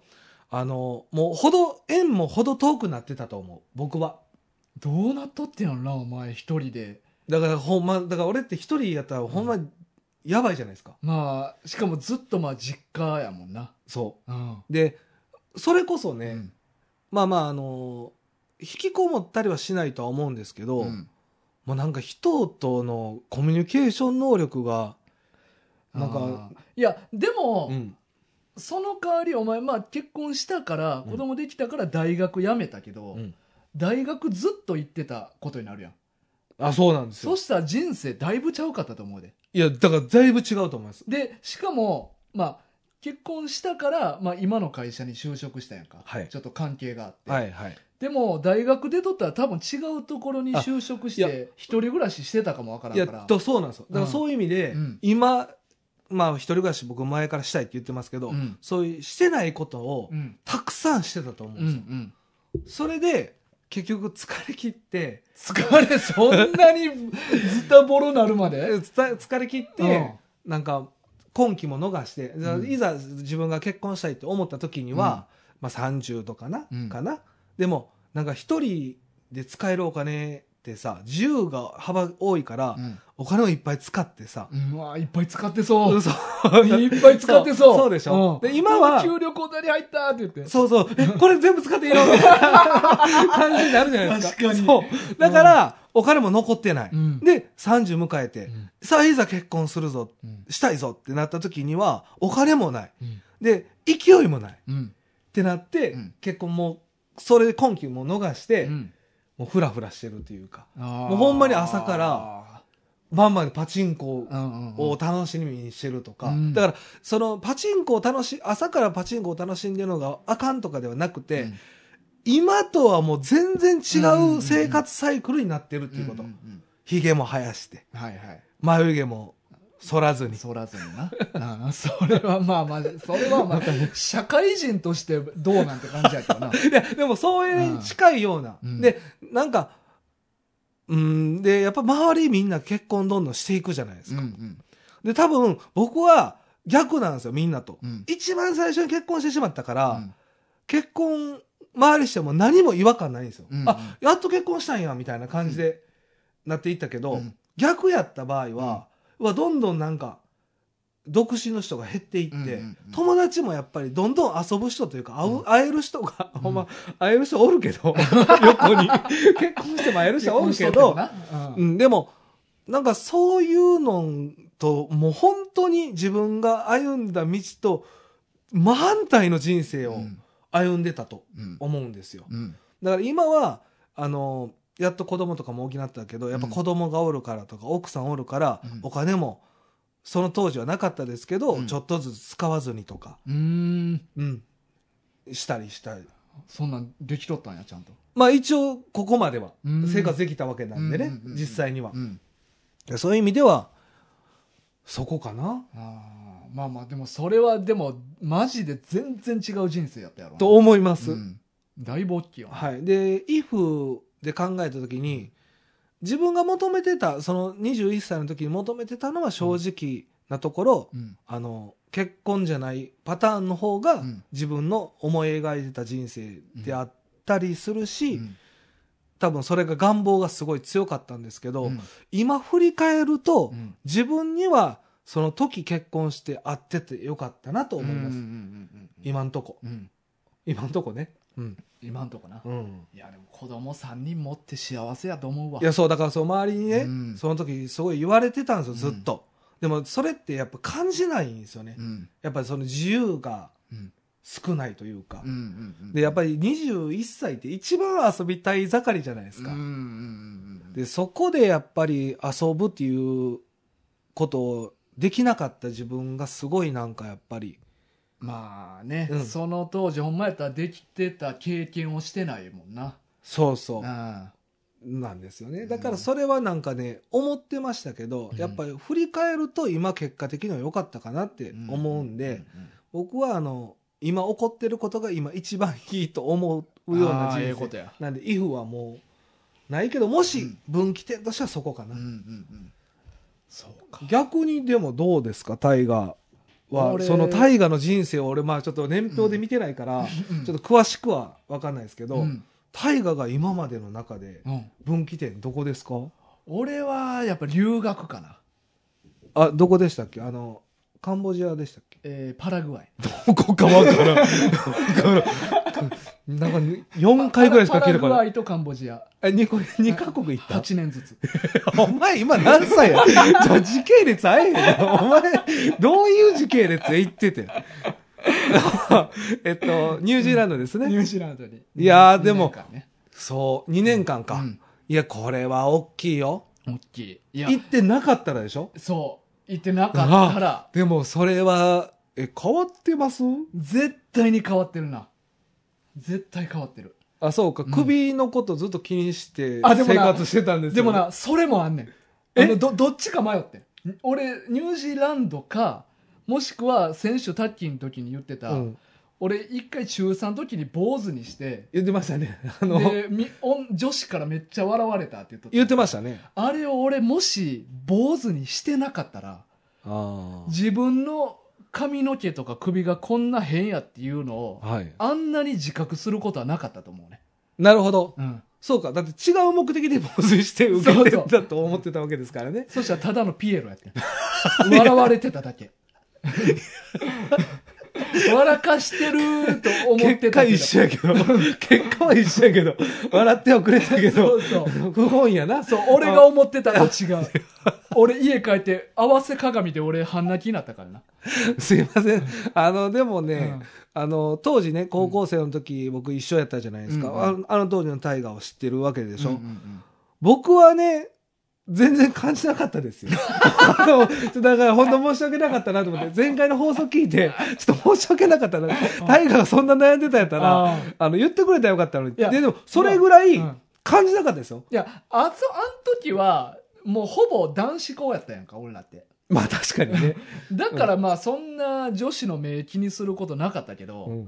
B: あのもうほど縁もほど遠くなってたと思う僕は
A: どうなっとってんやろなお前一人で
B: だからほんまだから俺って一人やったらほんまやばいじゃないですか、
A: まあしかもずっとまあ実家やもんな
B: そう
A: うん、
B: でそれこそね、
A: うん
B: まあまああの引きこもったりはしないとは思うんですけど、
A: うん
B: もうなんか人とのコミュニケーション能力がなんか、
A: あーいやでも、
B: うん
A: その代わりお前まあ結婚したから
B: うん
A: 子供できたから大学辞めたけど、
B: うん
A: 大学ずっと行ってたことになるやん
B: あそうなんですよ
A: そしたら人生だいぶちゃうかったと思うで
B: いやだからだいぶ違うと思います
A: でしかもまあ結婚したから、まあ、今の会社に就職したやんか、
B: はい
A: ちょっと関係があって、
B: はいはい
A: でも大学出とったら多分違うところに就職し
B: あい
A: て一人暮らししてたかもわから
B: い
A: ん
B: や
A: から
B: とそうなんですよだからそういう意味で、
A: うん
B: 今まあ一人暮らし僕前からしたいって言ってますけど、
A: うん
B: そういうしてないことを
A: うん
B: たくさんしてたと思う
A: うんん
B: で
A: う
B: すよ、
A: ん
B: それで結局疲れ切って
A: 疲れそんなにズタボロなるまで
B: えつた (laughs) 疲れ切って、なんか今期も逃して、じゃあ
A: うん
B: いざ自分が結婚したいって思った時には、まあ、30とかな、
A: うん
B: かなでもなんか一人で使えるお金ってさ自由が幅多いから、
A: うん
B: お金をいっぱい使ってさ、
A: うんうわいっぱい使ってそう
B: そう
A: いっぱい使ってそう。
B: そうでしょ
A: うん
B: で今は
A: 給料こんなに入ったって言って。
B: (laughs) そうそうえこれ全部使っていいのみたいな感じになるじゃないですか
A: 確かに
B: そうだから、お金も残ってない、
A: うん
B: で30迎えて、
A: うん
B: さあいざ結婚するぞ
A: うん。
B: したいぞってなった時にはお金もない
A: うん。
B: で勢いもないっ
A: うん。
B: てなって、
A: うん
B: 結婚もそれで今期も逃して、
A: うん
B: もうフラフラしてるというか
A: も
B: もうほんまに朝から、まんまでパチンコ
A: うんうんうん
B: を楽しみにしてるとか、
A: うん
B: だからそのパチンコを楽し朝からパチンコを楽しんでるのがあかんとかではなくて、
A: うん
B: 今とはもう全然
A: うん
B: 違う生活サイクルになってるっていうこと、
A: んん
B: ひげも生やして
A: うんはいはい。
B: 眉毛も剃らずに
A: そらずにな。ああそれはまあまあ、それはまあ、社会人としてどうなんて感じやけどな。
B: いやでもそういうに近いような、
A: うん
B: でなんかうんでやっぱ周りみんな結婚どんどんしていくじゃないです
A: うん
B: か、
A: うん
B: で多分僕は逆なんですよみんなと、
A: うん
B: 一番最初に結婚してしまったから、
A: うん
B: 結婚周りしても何も違和感ないんですよ、
A: うんうん
B: あやっと結婚したんやみたいな感じでなっていったけど、
A: うん
B: 逆やった場合は、うわどんどんなんか独身の人が減っていって、
A: うんうんうん
B: 友達もやっぱりどんどん遊ぶ人というか会う、
A: うん
B: 会える人が、
A: うん
B: ほんま会える人おる
A: (laughs)
B: けど横に結婚しても会える人おるけど、
A: 結婚しとったよな
B: うん、でもなんかそういうのともう本当に自分が歩んだ道と真反対の人生
A: う
B: を
A: ん
B: 歩んでたと
A: うん
B: 思うんですよ。
A: うん
B: だから今はあのやっと子供とかも大きなったけどやっぱ子供がおるからとか、奥さんおるから、
A: うん
B: お金もその当時はなかったですけど、
A: うん
B: ちょっとずつ使わずにとか、
A: うーん
B: うん、したりしたり
A: そんなんできとったんやちゃんと
B: まあ一応ここまでは
A: うん
B: 生活できたわけなんでね、
A: うんうんうんうん
B: 実際には
A: う、ん
B: そういう意味ではそこかな
A: あーまあまあでもそれはでもマジで全然違う人生やったやろな
B: と思います、
A: うんだいぶ大きいよな
B: はい、で「if」で考えた時に自分が求めてたその21歳の時に求めてたのは正直なところ、
A: うん
B: あの結婚じゃないパターンの方が
A: うん
B: 自分の思い描いてた人生であったりするし、
A: うん
B: 多分それが願望がすごい強かったんですけど、
A: うん
B: 今振り返ると、
A: うん
B: 自分にはその時結婚して会っててよかったなと思いま
A: うんうん
B: す、
A: うんうん
B: 今んとこ
A: うん
B: 今んとこねうん、
A: 今んとこな
B: うん、
A: いやでも子供三人持って幸せやと思うわ
B: いやそうだからそう周りにね、
A: うん
B: その時すごい言われてたんですよずっと、でもそれってやっぱ感じないんですよね、
A: うん
B: やっぱりその自由が
A: うん
B: 少ないというか、
A: うんうんうん
B: でやっぱり21歳って一番遊びたい盛りじゃないですか、
A: うんうんうんうん
B: でそこでやっぱり遊ぶっていうことをできなかった自分がすごいなんかやっぱり
A: まあね、
B: うん
A: その当時ほんまやったらできてた経験をしてないもんな
B: そうそううんなんですよ
A: う
B: ね
A: ん
B: だからそれはなんかね思ってましたけど、
A: うん
B: やっぱり振り返ると今結果的には良かったかなって思うんで、僕はあの今起こってることが今一番いいと思
A: うん
B: う
A: うん
B: ような
A: あ
B: 人
A: あ
B: 生
A: ええことや
B: なんで「if」はもうないけども
A: う
B: し
A: ん
B: 分岐点としてはそこか
A: うん
B: な、
A: うんうんそうか
B: 逆にでもどうですか大河は
A: 俺
B: その大河の人生を俺まあちょっと年表で見てないから、ちょっと詳しくは分かんないですけど
A: うん
B: 大河、が今までの中で
A: うん
B: 分岐点どこですか
A: 俺はやっぱ留学かな、
B: あどこでしたっけあのカンボジアでしたっけ
A: えーパラグアイ
B: どこか分からん (laughs) なんか4回ぐらいしか聞
A: パラ
B: いたから
A: グアイとカンボジア
B: え、2個、二カ国行った
A: 8年ずつ
B: お前今何
A: (laughs)
B: 歳やじゃあ時系列あえへんなお前、どういう時系列で行って (laughs) て。えっと、ニュージーランドですね。
A: ニュージーランドに
B: いやーでも
A: 二年間ね
B: そう、2年間か。
A: うん
B: いや、これは大きいよ。
A: 大きいいや
B: 行ってなかったらでしょ
A: そう行ってなかったら
B: でもそれは、え、変わってます
A: 絶対に変わってるな絶対変わってる
B: あ、そうか。
A: うん
B: 首のことずっと気にして
A: あでも
B: 生
A: な
B: 活してたんです
A: で
B: よ。
A: もなそれもあんねん
B: え
A: あのどどっちか迷ってん俺ニュージーランドかもしくは選手タッキーの時に言ってた、
B: うん。
A: 俺一回中3の時に坊主にして
B: 言ってましたね。 (laughs) あの、
A: でみおん女子からめっちゃ笑われたって言っとった
B: 言ってましたね。
A: あれを俺もし坊主にしてなかったら
B: あ
A: 自分の髪の毛とか首がこんな変やっていうのを
B: あ。はい。
A: あんなに自覚することはなかったと思うね、
B: なるほど。
A: うん、
B: そうか。だって違う目的で防水して受けてたと思ってたわけですからね。
A: そしたらただのピエロやってん笑われてただ
B: (laughs)
A: け笑かしてると思ってた
B: 結果
A: けど
B: 一緒や
A: (laughs)
B: けど。結果は一緒やけど。笑ってはくれたけ
A: そ
B: ど
A: う。そう
B: 不本意やな。
A: そう俺が思ってたのと違う俺家帰って合わせ鏡で俺半泣きになったからな、
B: すいません。あの、でも
A: う
B: ね
A: ん、
B: あの、当時ね、高校生の時、僕一緒やったじゃないです
A: うんう
B: か。
A: ん
B: あのあの当時のタイガーを知ってるわけでし
A: うんう
B: ょ。
A: ん
B: 僕はね、全然感じなかったですよ。 (laughs) あのちょっとだから本当申し訳なかったなと思って、前回の放送聞いて、ちょっと申し訳なかったな。タイガーがそんな悩んでたんやったら、
A: あー
B: あの、言ってくれたらよかったのに。
A: いや
B: で、でも、それぐらい
A: うん
B: 感じなかったですよ。
A: いやあそあん時はもうほぼ男子校やったやんか俺らって
B: まあ、確かにね。
A: だからまあそんな女子の目気にすることなかったけど、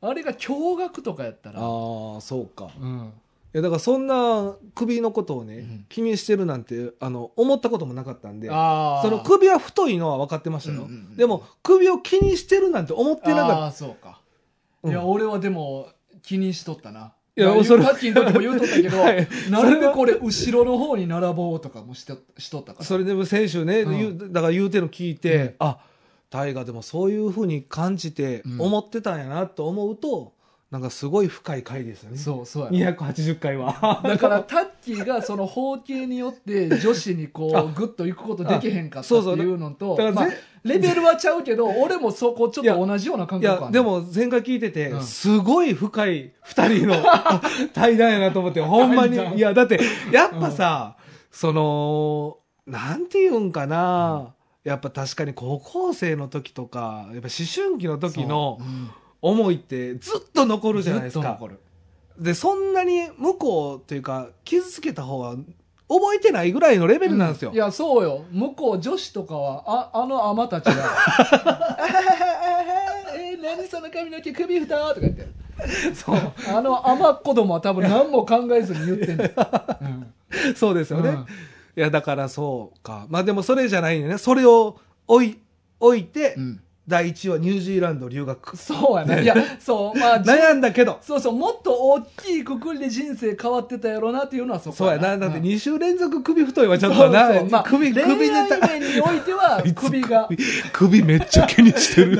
A: あれが驚愕とかやったら、
B: ああ、そうか。い
A: うん、
B: や、だから、そんな首のことをね、
A: うん
B: 気にしてるなんて、あの、思ったこともなかったんで、
A: あー
B: その首は太いのは分かってました
A: う
B: よ。
A: んうんうん
B: でも、首を気にしてるなんて思ってなか
A: あ
B: っ
A: あそうか、
B: うん
A: いや俺はでも気にしとったない
B: や
A: まあ
B: それ
A: さっきの時も言うとったけど、
B: (laughs) はい
A: なるべくこれ後ろの方に並ぼうとかもしとしとったか
B: た。
A: ら
B: それでも先週ね、
A: うん
B: 言うだから言うてるの聞いて、
A: うん
B: あ、大河でもそういうふうに感じて
A: うん
B: 思ってたんやなと思うと、なんかすごい深い回ですよね。
A: そうそうやな
B: 280
A: (laughs)
B: 回は。
A: だからタッキーがその包茎によって女子に
B: (laughs)
A: こうグッと行くことできへんかったっていうのと
B: だから
A: まあ
B: ぜ
A: レベルはちゃうけど俺もそこちょっと同じような感
B: い
A: 覚
B: や
A: か、
B: でも前回聞いてて、
A: うん
B: すごい深い二
A: (laughs)
B: 人の対談やなと思って、ほんまに
A: 対。談
B: いや、だって、やっぱさ、その、なんていうんかな、やっぱ確かに高校生の時とか、やっぱ思春期の時の
A: そううん
B: 思いってずっと残るじゃないです
A: ずっと
B: か。
A: 残る
B: で、そんなに向こうというか、傷つけた方が覚えてないぐらいのレベルなんですよ。
A: いやそうよ向こう女子とかはああのアマたちが
B: (laughs)
A: 「えー何その髪の毛首ふた」とか言って
B: (laughs) そう。
A: あのアマ子供は多分何も考えずに言ってんの、うん
B: (laughs) そうですよね。
A: うん
B: いや、だからそうか。まあでもそれじゃないよね。それを置い、置いて、
A: うん
B: 第1話ニュージーランド留学。
A: そうやねいやそう
B: (laughs)
A: まあじ
B: 悩んだけど。
A: そうそうもっと大きいくくりで人生変わってたやろなっていうのはそこ
B: そうやな。だって2週連続首太いはち
A: ち
B: ょ
A: ょ
B: っ
A: っ
B: と
A: とな、
B: な。
A: そうそうまあ、
B: 首、首
A: 恋
B: ネ
A: 愛
B: タ。
A: 面において
B: (laughs)
A: は首が
B: 首首めっちゃ気にし
A: (laughs)
B: てる。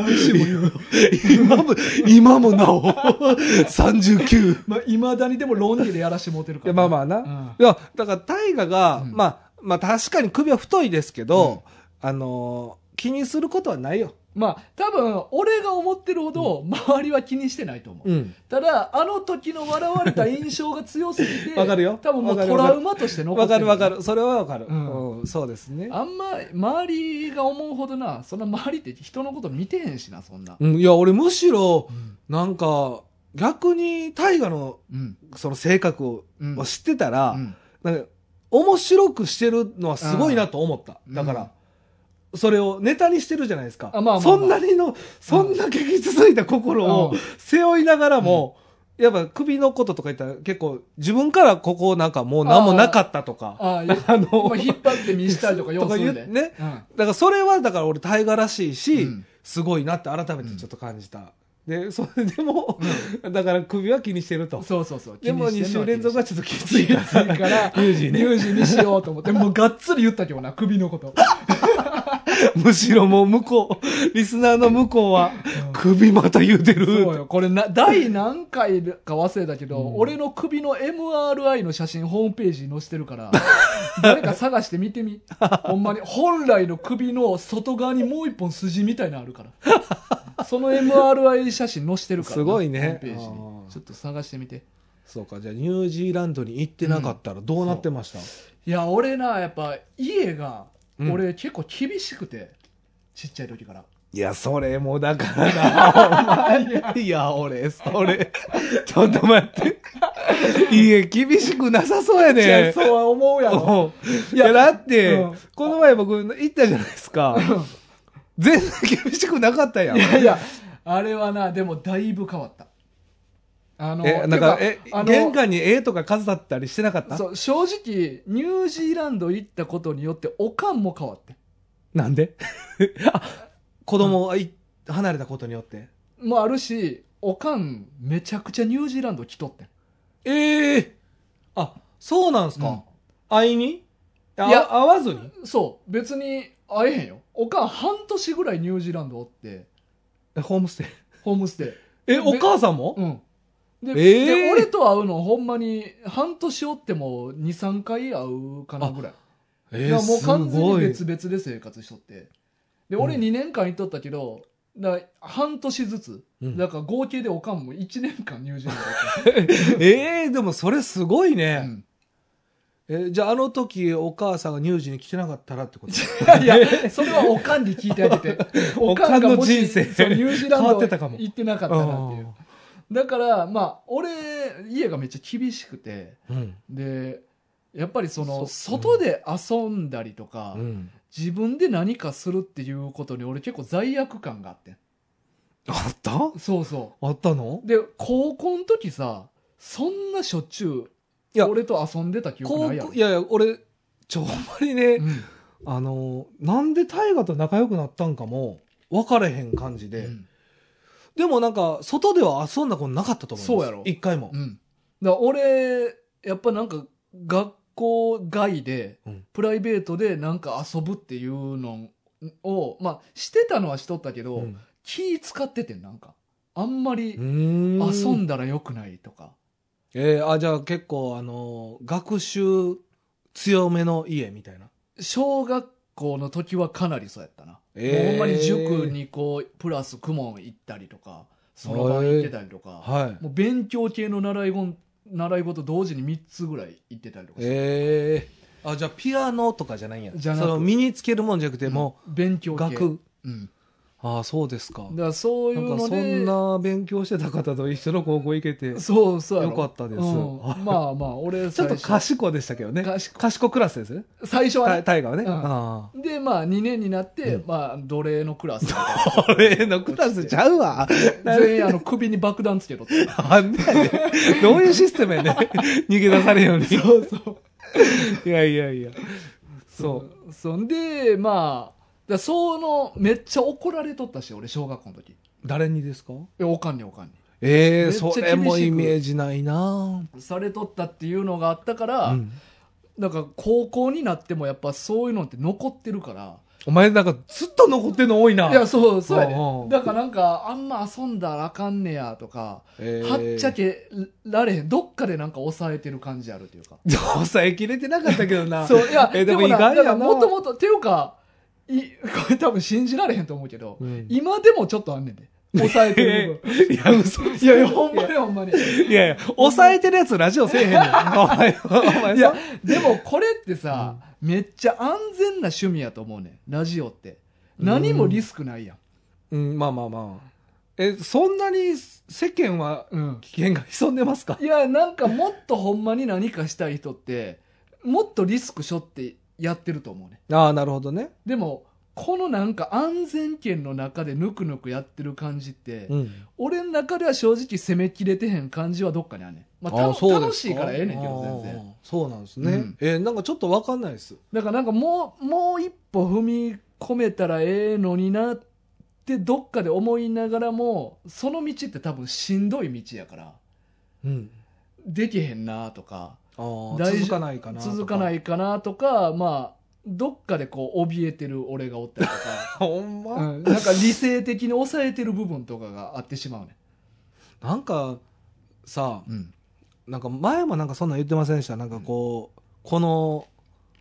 B: 今も、今もなお、39。
A: まあ、未だにでも論理でやらしてもうてるか
B: いや
A: ら
B: まあ
A: な、
B: まあな、
A: うん
B: いやだから大河が、
A: うん
B: まあ、まあ確かに首は太いですけど、あのー気にすることはないよ、
A: まあ多分俺が思ってるほど周りは気にしてないと思う、
B: うん、
A: ただあの時の笑われた印象が強すぎて
B: わかるよ
A: 多分もう
B: わかる
A: ト
B: わかる
A: ラウマとして残
B: わ
A: って
B: か
A: る
B: るわかるそれはわかる、う
A: うんん
B: そうですね
A: あんま周りが思うほどなそんな周りって人のこと見てへんしなそんな
B: うん、いや俺むしろ
A: うん
B: なんか逆に大河の
A: うん
B: その性格を,、
A: うん
B: 知ってたら、
A: うん
B: なんか面白くしてるのはすごいなと思った、
A: うん
B: だから、それをネタにしてるじゃないですか、
A: あまあまあまあ
B: そんなにのそんな激続いた心を、
A: うん
B: 背負いながらも、やっぱ首のこととか言ったら結構自分からここなんかもう何もなかったとか、
A: ああいや
B: (laughs) あの、
A: まあ引っ張って見したりとか要する
B: と
A: で
B: か言うね
A: うん
B: だからそれはだから俺大河らしいし、
A: うん
B: すごいなって改めてちょっと感じた。で、それでも、 (laughs) だから首は気にしてると。
A: そうそうそう
B: でも
A: 気に
B: 2
A: してんの
B: 週
A: は
B: 連続は
A: 気
B: ちょっときつい
A: にしてんの
B: か
A: きついから
B: ら、ユージね。
A: 乳児にしようと思ってもうがっつり言ったけどな首のこと
B: (laughs) むしろもう向こう、リスナーの向こうは
A: うん、
B: 首また言うて
A: そう
B: る。
A: よこれな第何回か忘れたけど、俺の首の MRI の写真ホームページに載せてるから (laughs) 誰か探して見てみほんまに本来の首の外側にもう一本筋みたいなのあるからその MRI 写真載せてるからな
B: すごいね
A: ホームページ
B: あ
A: に
B: ー
A: ちょっと探してみて
B: そうか、じゃあニュージーランドに行ってなかったらどうなってました、
A: いや俺なやっぱ家が
B: うん
A: 俺結構厳しくて、ちっちゃい時から
B: いや、それもだからな、お前。いや、俺、それ。ちょっと待って。いや、厳しくなさそうや
A: い
B: ね
A: や。そうは思うやろ
B: おういや、だって、
A: うん
B: この前僕行ったじゃないですか。全然厳しくなかったやん。
A: いやいやあれはなでもだいぶ変わったあの
B: え、なんか、え
A: てかあ、の
B: 玄関に絵とか飾ったりしてなかった
A: そう正直ニュージーランド行ったことによっておかんも変わって
B: なんで (laughs) あ、子供がい離れたことによって。
A: もあるしおかんめちゃくちゃニュージーランド来とってん
B: ええあ、そうなんすか、
A: うん
B: 会いにあ
A: いや
B: 会わずに
A: そう別に会えへんよおかん半年ぐらいニュージーランドおって
B: えホームステイ。
A: ホームステイ
B: え、
A: で
B: お母さんも
A: うんで,、
B: えー
A: で俺と会うのほんまに半年おっても23回会うかなぐらい
B: え
A: いやもう完全に別
B: す
A: 々で生活しとってで俺
B: うん
A: 2年間行っとったけど、だから半年ずつ、
B: うん
A: だから合計でおかんも1年間ニュージーランドおって
B: ごいええでもそれすごい (laughs) ね。
A: うん
B: えじゃああの時お母さんが乳児に来てなかったらっ
A: (laughs)
B: てこと
A: いや、それはおかんに聞いてあげて。
B: (laughs) おかん
A: が
B: の
A: もし
B: 人生
A: そうニュージーラン
B: 変わ
A: ド
B: ってたかも
A: 行ってなかったなっていう。だから、まあ、俺、家がめっちゃ厳しくて、
B: うん
A: で、やっぱりその、
B: そ
A: 外で遊んだりとか、
B: うん
A: 自分で何かするっていうことに俺結構罪悪感があってん。
B: あった
A: そうそ
B: あったの
A: う。で、高校の時さ、そんなしょっちゅ、
B: いうや
A: 俺と遊んでた記憶
B: 高
A: ないやろ
B: 校い。やいや俺ちょほんまにね、
A: うん
B: あのなんで大河と仲良くなったんかも分かれへん感じで、
A: うん
B: でもなんか外では遊んだことなかったと思います
A: そうやろ
B: 一回も、
A: うん、だから俺やっぱなんか学校外で、
B: うん
A: プライベートでなんか遊ぶっていうのをまあしてたのはしとったけど、
B: うん
A: 気使っててんなんかあんまり遊
B: 遊
A: んだらよくないとか、
B: えー、あじゃあ結構あのー学習強めの家みたいな
A: 小学校の時はかなりそうやったな、
B: えー
A: もうほんまに塾にこうプラス公文行ったりとかその場に行ってたりとか、
B: はい
A: もう勉強系の習いご習い事同時に3つぐらい行ってたりとかして
B: えー、あじゃあピアノとかじゃないんや
A: じゃなく
B: その身につけるもんじゃなくても
A: 勉強
B: う
A: 系
B: 学、
A: うん、
B: ああそうですか
A: だからそうい
B: なん
A: う
B: か
A: の
B: そ
A: で
B: んな勉強してた方と一緒の高校行けてち
A: そうそうやろ
B: よかったです
A: うんまあまあ
B: (laughs)
A: 俺
B: ょっ
A: 最
B: と
A: 初
B: 賢いでしたけどね
A: 賢
B: 賢クラスですね
A: 最初は
B: タイ
A: ね
B: タイガーはね、
A: うん
B: あ (laughs)
A: でまあ2年になって、
B: うん
A: まあ奴隷のクラスみたいな
B: (laughs) あこれのクラスちゃう
A: (laughs)
B: わ
A: 全員あの首に爆弾つけろって
B: あんなやねどういうシステ
A: (laughs)
B: ムやね逃げ出されんようにそうそういやいやいや (laughs) そう
A: そんでまあだそのめっちゃ怒られとったし俺小学校の時いう
B: 誰にですか
A: やおかんにおかんに
B: え
A: め
B: え
A: っちゃ
B: それも
A: 厳し
B: イ
A: く
B: メージないな
A: されとったっていうのがあったか
B: ぁ
A: ら、
B: うん
A: なんか高校になってもやっぱそういうのって残ってるから
B: お前なんかずっと残ってんの多いない
A: やそうそうやね
B: うんうん
A: だからなんかあんま遊んだらあかんねやとか
B: えー
A: はっちゃけられへんどっかでなんか抑えてる感じあるっていうか
B: 抑えきれてなかったけどな
A: (laughs) そういや
B: え
A: で
B: ーで
A: も
B: も
A: な
B: 意外やな
A: だからもともとっていうかい (laughs) これ多分信じられへんと思うけど、
B: うん
A: 今でもちょっとあんねんで抑えてる部
B: いや嘘
A: 分いやいや (laughs) ほんまにほんまに
B: いやいや抑えてるやつラジオせえへんねんお前お前
A: い
B: さ
A: やでもこれってさ、めっちゃ安全な趣味やと思うねんラジオって何もリスクないやん、
B: うんまあまあまあえそんなに世間は
A: うん
B: 危険が潜ん
A: (laughs)
B: でますか
A: いやなんかもっとほんまに何かしたい人ってもっとリスクしょってやってると思うね
B: ああなるほどね
A: んでもこのなんか安全圏の中でぬくぬくやってる感じって、
B: うん
A: 俺の中では正直攻めきれてへん感じはどっかにあんねん、まあ、た
B: あそうです
A: 楽しいからええねんけど全
B: あ
A: 然
B: ーそうなんですね、
A: うん
B: えーなんかちょっとわかんないです
A: だからなんかもうもう一歩踏み込めたらええのになってどっかで思いながらもその道って多分しんどい道やから
B: うん
A: できへんなとか
B: あー
A: 大丈夫
B: 続かないかなと
A: 続かないかなとかまあどっかでこう怯えてる俺がおったりとか、
B: (laughs) ほん (laughs) ま、
A: うんなんか理性的に抑えてる部分とかがあってしまうね
B: なんかさ
A: ん、うん、
B: なんか前もなんかそんなん言ってませんでしたなんかこう、この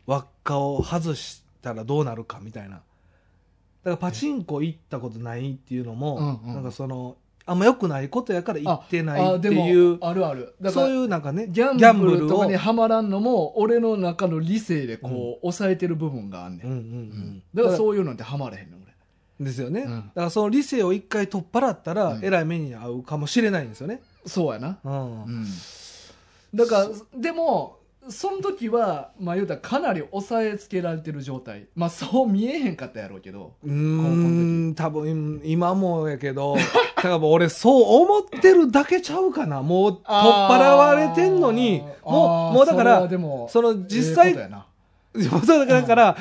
B: 輪っかを外したらどうなるかみたいなだからパチンコ行ったことないっていうのも、
A: うんうん
B: なんかそのあんま良くないことやから行ってない
A: あ
B: って
A: で
B: い
A: も
B: う
A: あるあるだか
B: そう
A: ら
B: いうなんかね
A: ギャンブルとかにはまらんのも俺の中の理性でこう抑えてる部分があんねん、
B: うんうん
A: う
B: う
A: ん
B: ん、
A: だから
B: う
A: そういうのってはまれへんの俺
B: ですよね、
A: うん
B: だからその理性を一回取っ払ったら、
A: うん
B: えらい目に遭うかもしれないんですよね、
A: そうやな
B: うん
A: だからでもその時はまあ言うたらかなり抑えつけられてる状態まあそう見えへんかったやろうけど
B: うーん多分今もやけど (laughs) 多分俺そう思ってるだけちゃうかなもう取っ払われてんのに
A: あー
B: も
A: あ
B: う
A: ー
B: もうだか
A: それは
B: ら
A: でも
B: その実
A: え
B: 際
A: えことやな
B: (laughs) そうだから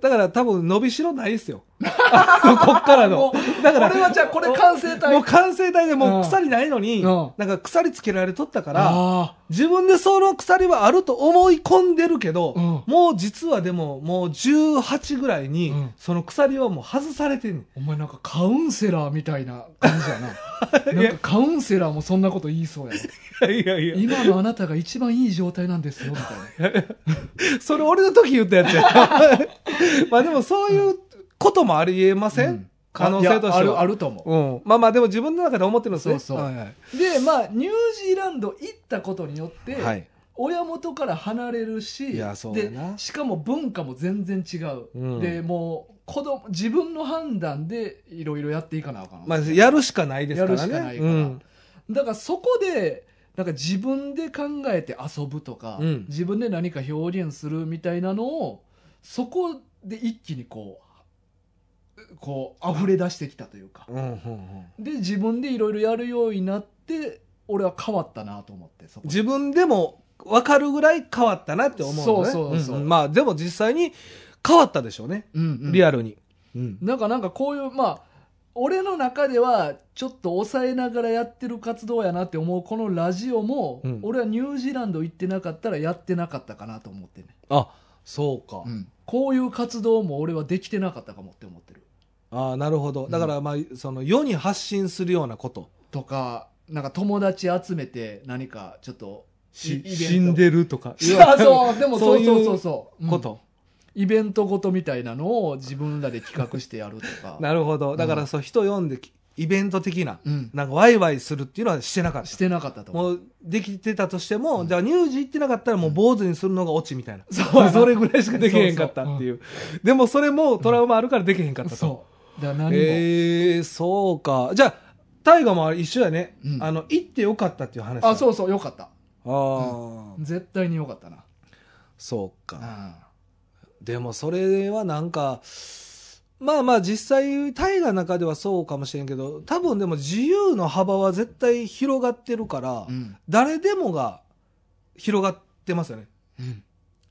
B: だから多分伸びしろないですよ (laughs) あのこっからの
A: も
B: だから
A: 俺はじゃあこれ完成体
B: もう完成体でも
A: うん
B: う鎖ないのに、
A: うん
B: なんか鎖つけられとったから、
A: あ
B: 自分でその鎖はあると思い込んでるけど、
A: うん
B: もう実はでももう18ぐらいに、
A: うん
B: その鎖はもう外されてんね
A: ーお
B: ん
A: 前なんかカウンセラーみたいな感じやな
B: (laughs) い
A: な
B: や
A: んかカウンセラーもそんなこと言いそうや (laughs) ない
B: やいや
A: 今のあなたが一番いい状態なんですよみたいな
B: それ俺の時言ったやつ (laughs) や。まあでもそういうこともありえま (laughs) せん、
A: うん
B: 可能性として
A: いやあるあ
B: は。
A: ると思
B: うん、まあまあでも自分の中で思ってるんですね。
A: そうそう
B: はいはい、
A: うでまあニュージーランド行ったことによって、
B: はい
A: 親元から離れるし
B: いやそう
A: で
B: やな
A: しかも文化も全然違う、
B: うん
A: でもう子供自分の判断でいろいろやっていかなあかん、
B: まあやるしかないですからね。
A: やるしかないから
B: うん
A: だからそこでなんか自分で考えて遊ぶとか、
B: うん
A: 自分で何か表現するみたいなのをそこで一気にこうこう溢れ出してきたというか
B: うんうんうん
A: で自分でいろいろやるようになって俺は変わったなと思ってそこ
B: 自分でも分かるぐらい変わったなって思うのね。
A: そうそうそうん
B: んまあでも実際に変わったでしょうね。
A: うんうん
B: リアルに。うん
A: なんかなんかこういうまあ俺の中ではちょっと抑えながらやってる活動やなって思うこのラジオも、
B: うん
A: 俺はニュージーランド行ってなかったらやってなかったかなと思ってね、
B: あそうか。
A: こういう活動も俺はできてなかったかもって思ってる
B: ああなるほど。だからまあその世に発信するようなこと。
A: とか、なんか友達集めて何かちょっ (laughs) とイ
B: し
A: ベント
B: 死んでるとか
A: いや (laughs) そう、でも
B: そ
A: そうう
B: いう
A: そうそうそう。うん
B: こと、
A: イベントごとみたいなのを自分らで企画してやると (laughs) か。
B: なるほどだからそう人呼んできイベント的な
A: うん。
B: なんかワイワイするっていうのはしてなかっ
A: したてなかったと思う。
B: もうできてたとしても、
A: うん
B: じゃあ乳児行ってなかったらもう坊主にするのがオチみたいな、
A: そうやな
B: それぐらいしかできへんかったっていうでもそれもトラウマあるからできへんかったと、
A: そう。だから何も。
B: えー、そうか。じゃあ、大河も一緒やね、
A: うん
B: あの、行ってよかったっていう話だ。
A: あ、
B: う。
A: そうそう、よかった。
B: ああ、
A: 絶対によかったな。
B: そう
A: う
B: か。
A: ん
B: でも、それはなんか、まあまあ実際、大河の中ではそうかもしれんけど、多分でも自由の幅は絶対広がってるから、
A: うん。
B: 誰でもが広がってますよね。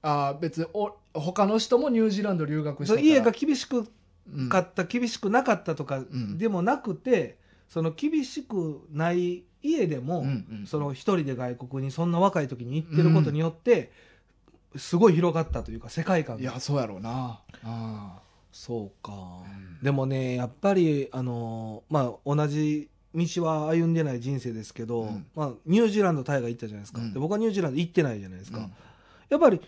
A: あー別にお、他の人もニュージーランド留学してた
B: そう
A: ら
B: 家が厳しく
A: うん
B: かった、厳しくなかったとか
A: ん
B: でもなくて、その厳しくない家でも、
A: うんうん
B: その一人で外国にそんな若い時に行ってることによって、すごい広がったというか世界観
A: い
B: が
A: や、そうやろうな。あ
B: そうか
A: ー、
B: でもねやっぱりあのまあ同じ道は歩んでない人生ですけど、
A: うん
B: まあ、ニュージーランドタイが行ったじゃないですか、
A: うん
B: で僕はニュージーランド行ってないじゃないですか、
A: うん
B: やっぱり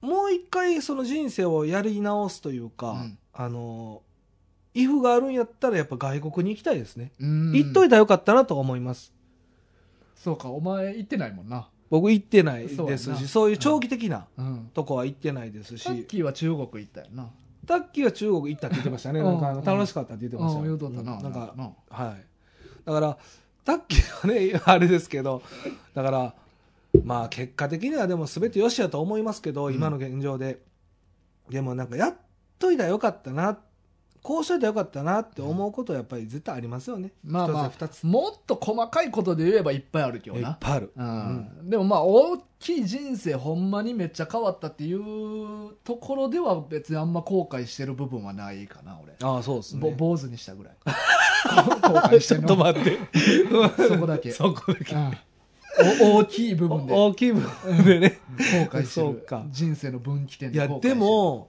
B: もう一回その人生をやり直すというか、
A: うん
B: あのイフがあるんやったらやっぱ外国に行きたいですね、
A: うん
B: 行っといたらよかったなと思います
A: そうか、お前行ってないもんな。
B: 僕行ってない
A: そう
B: で
A: やな
B: すしそういう長期的な
A: うん。
B: とこは行ってないですし、
A: タッキーは中国行ったよな。
B: タッキーは中国行ったって言ってましたね
A: うん
B: なんかあの楽しかったって言ってました
A: うん
B: よ
A: 言うとったな。
B: うんなんか
A: な
B: はいだからタッキーはね (laughs) あれですけどだからまあ結果的にはでも全てよしやと思いますけど、
A: うん
B: 今の現状ででもなんかやっといたらよかったなこうしといたらよかったなって思うことはやっぱり絶対ありますよね、
A: まあまあ
B: 一つや二つ
A: もっと細かいことで言えばいっぱいあるけど
B: いっ
A: な。
B: ぱいある、
A: うんでもまあ大きい人生ほんまにめっちゃ変わったっていうところでは別にあんま後悔してる部分はないかな俺、
B: ああそうです
A: ぼ
B: ね
A: 坊主にしたぐらい後悔して
B: (laughs) ち
A: ん
B: ょっ
A: の
B: と待って
A: そこだけ
B: (laughs) そこだけ
A: うんお大きい部
B: (laughs)
A: 分で後
B: 大きい部分でね
A: 悔して
B: そう
A: る
B: か
A: 人生の分岐点
B: (laughs) い
A: で
B: や
A: 後悔してる
B: でも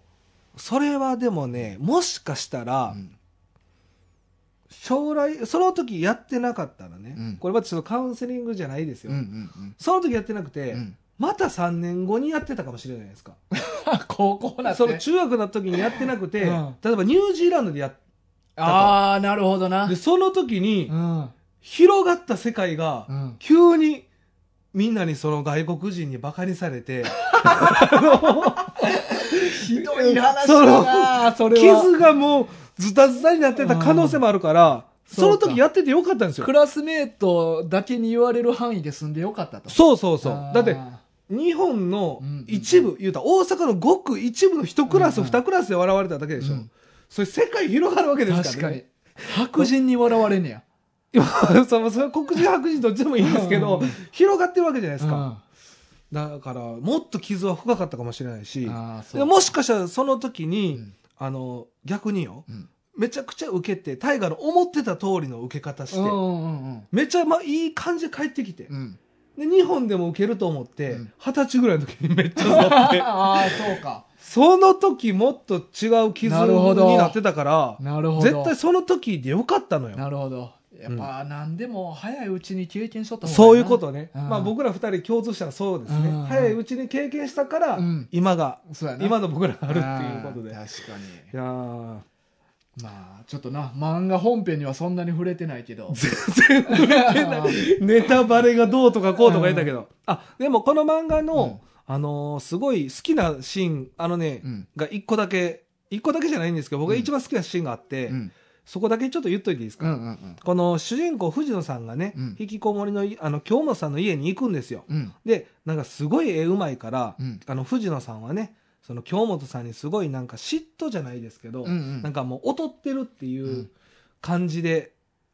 B: それはでもねもしかした
A: う
B: ら
A: ん
B: 将来その時やってなかったらね、
A: うん
B: これはちょっとカウンセリングじゃないですよ、
A: うんうん
B: その時やってなくて、
A: うんうん
B: また3年後にやってたかもしれないですか
A: (laughs) 高校なっ
B: その
A: て
B: 中学の時にやってなくて、
A: うん
B: 例えばニュージーランドでやっ
A: ああなるほどな
B: でその時に
A: うん
B: 広がった世界が
A: うん
B: 急にみんなにその外国人にバカにさ
A: (laughs)
B: れて、
A: ひどい話だなそれは
B: 傷がもうズタズタになってた可能性もあるから、
A: ん
B: その時やっててよかったんですよ
A: ク。ラスメートだけに言われる範囲で済んでよかったと
B: そうそうそう
A: あ。ー
B: だって、日本の一部、言うたら大阪のごく一部の一クラス、
A: うんうん
B: 二クラスで笑われただけでしょ。
A: うん
B: それ世界広がるわけです
A: 確
B: か
A: からに
B: ね。
A: 白人に笑われんねや
B: 確か (laughs) に。そのそれは黒人白人どっちでもいいんですけ
A: う
B: ど、
A: んうん
B: 広がってるわけじゃない
A: で
B: ですか。だから、もっと傷は深かったかもしれないし、
A: ああそ
B: で
A: う
B: もしかしたらその時
A: う
B: に、
A: ん
B: あの、逆によ、
A: うん
B: めちゃくちゃ受けて、大河の思ってた通りの受け方して、
A: うんうんうん
B: めちゃまあいい感じで帰ってきて、
A: うん
B: で日本でも受けると思って
A: うん
B: 二十、歳ぐらいの時にめっちゃ触って
A: (laughs) ああそうか
B: その時もっと違う傷
A: なるほど
B: になってたから
A: なるほど
B: 絶対その時でよかったのよ
A: なるほどやっぱ何でも早いうちに経験しとった方が
B: そういうことね、
A: うん
B: まあ、僕ら二人共通したらそうですね、
A: うん
B: 早いうちに経験したから、
A: うん
B: 今が
A: そうやな
B: 今の僕らがあるっていうことでい
A: あ
B: や
A: あ確かに
B: ー
A: まあちょっとな漫画本編にはそんなに触れてないけど
B: 全然触れてない (laughs) ネタバレがどうとかこうとか言ったけど、あでもこの漫画の、あのーすごい好きなシーンあのね、
A: うん
B: が一個だけ、一個だけじゃないんですけど、僕が一番好きなシーンがあって、
A: うん
B: そこだけちょっと言っといていいです
A: う
B: か、
A: んうん
B: この主人公藤野さんがね、
A: うん
B: 引きこもりのい、あの、京本さんの家に行くんですよ。
A: うん
B: で、なんかすごい絵うまいから、
A: うん
B: あの、藤野さんはね、その京本さんにすごいなんか嫉妬じゃないですけど、
A: うんうん
B: なんかもう劣ってるっていううん感じで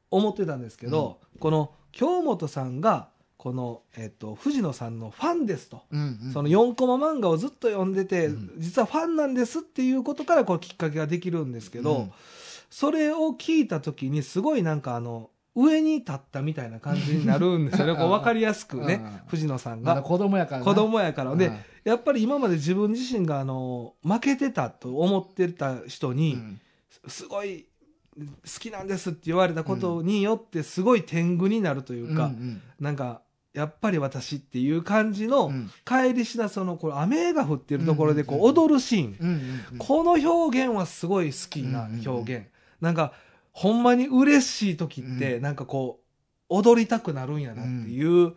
B: 思ってたんですけど、この京本さんが、この、えっと、藤野さんのファンですと。
A: うんうん
B: その4コマ漫画をずっと読んでて、
A: うん
B: 実はファンなんですっていうことからこうきっかけができるんですけど、
A: うん
B: それを聞いた時にすごいなんかあの上に立ったみたいな感じになるんですよね
A: (laughs) うん
B: こう分かりやすくね
A: うん
B: 藤野さん
A: まだ
B: が
A: 子供やからな
B: 子供やから
A: う
B: で
A: ん
B: やっぱり今まで自分自身があの負けてたと思ってた人に、
A: うん
B: すごいきなんですって言われたことによってすごい天狗になるというか、
A: うん
B: なんかやっぱり私っていう感じ
A: う
B: の
A: ん
B: 帰りしなそのこれ雨が降ってるところでこ
A: うん
B: う踊るシーン、
A: うんうんうん
B: この表現はすごい好きな表現、
A: うんうん
B: なんかほんまに嬉しい時って、
A: う
B: なんかこう踊りたくなるんやなっていう、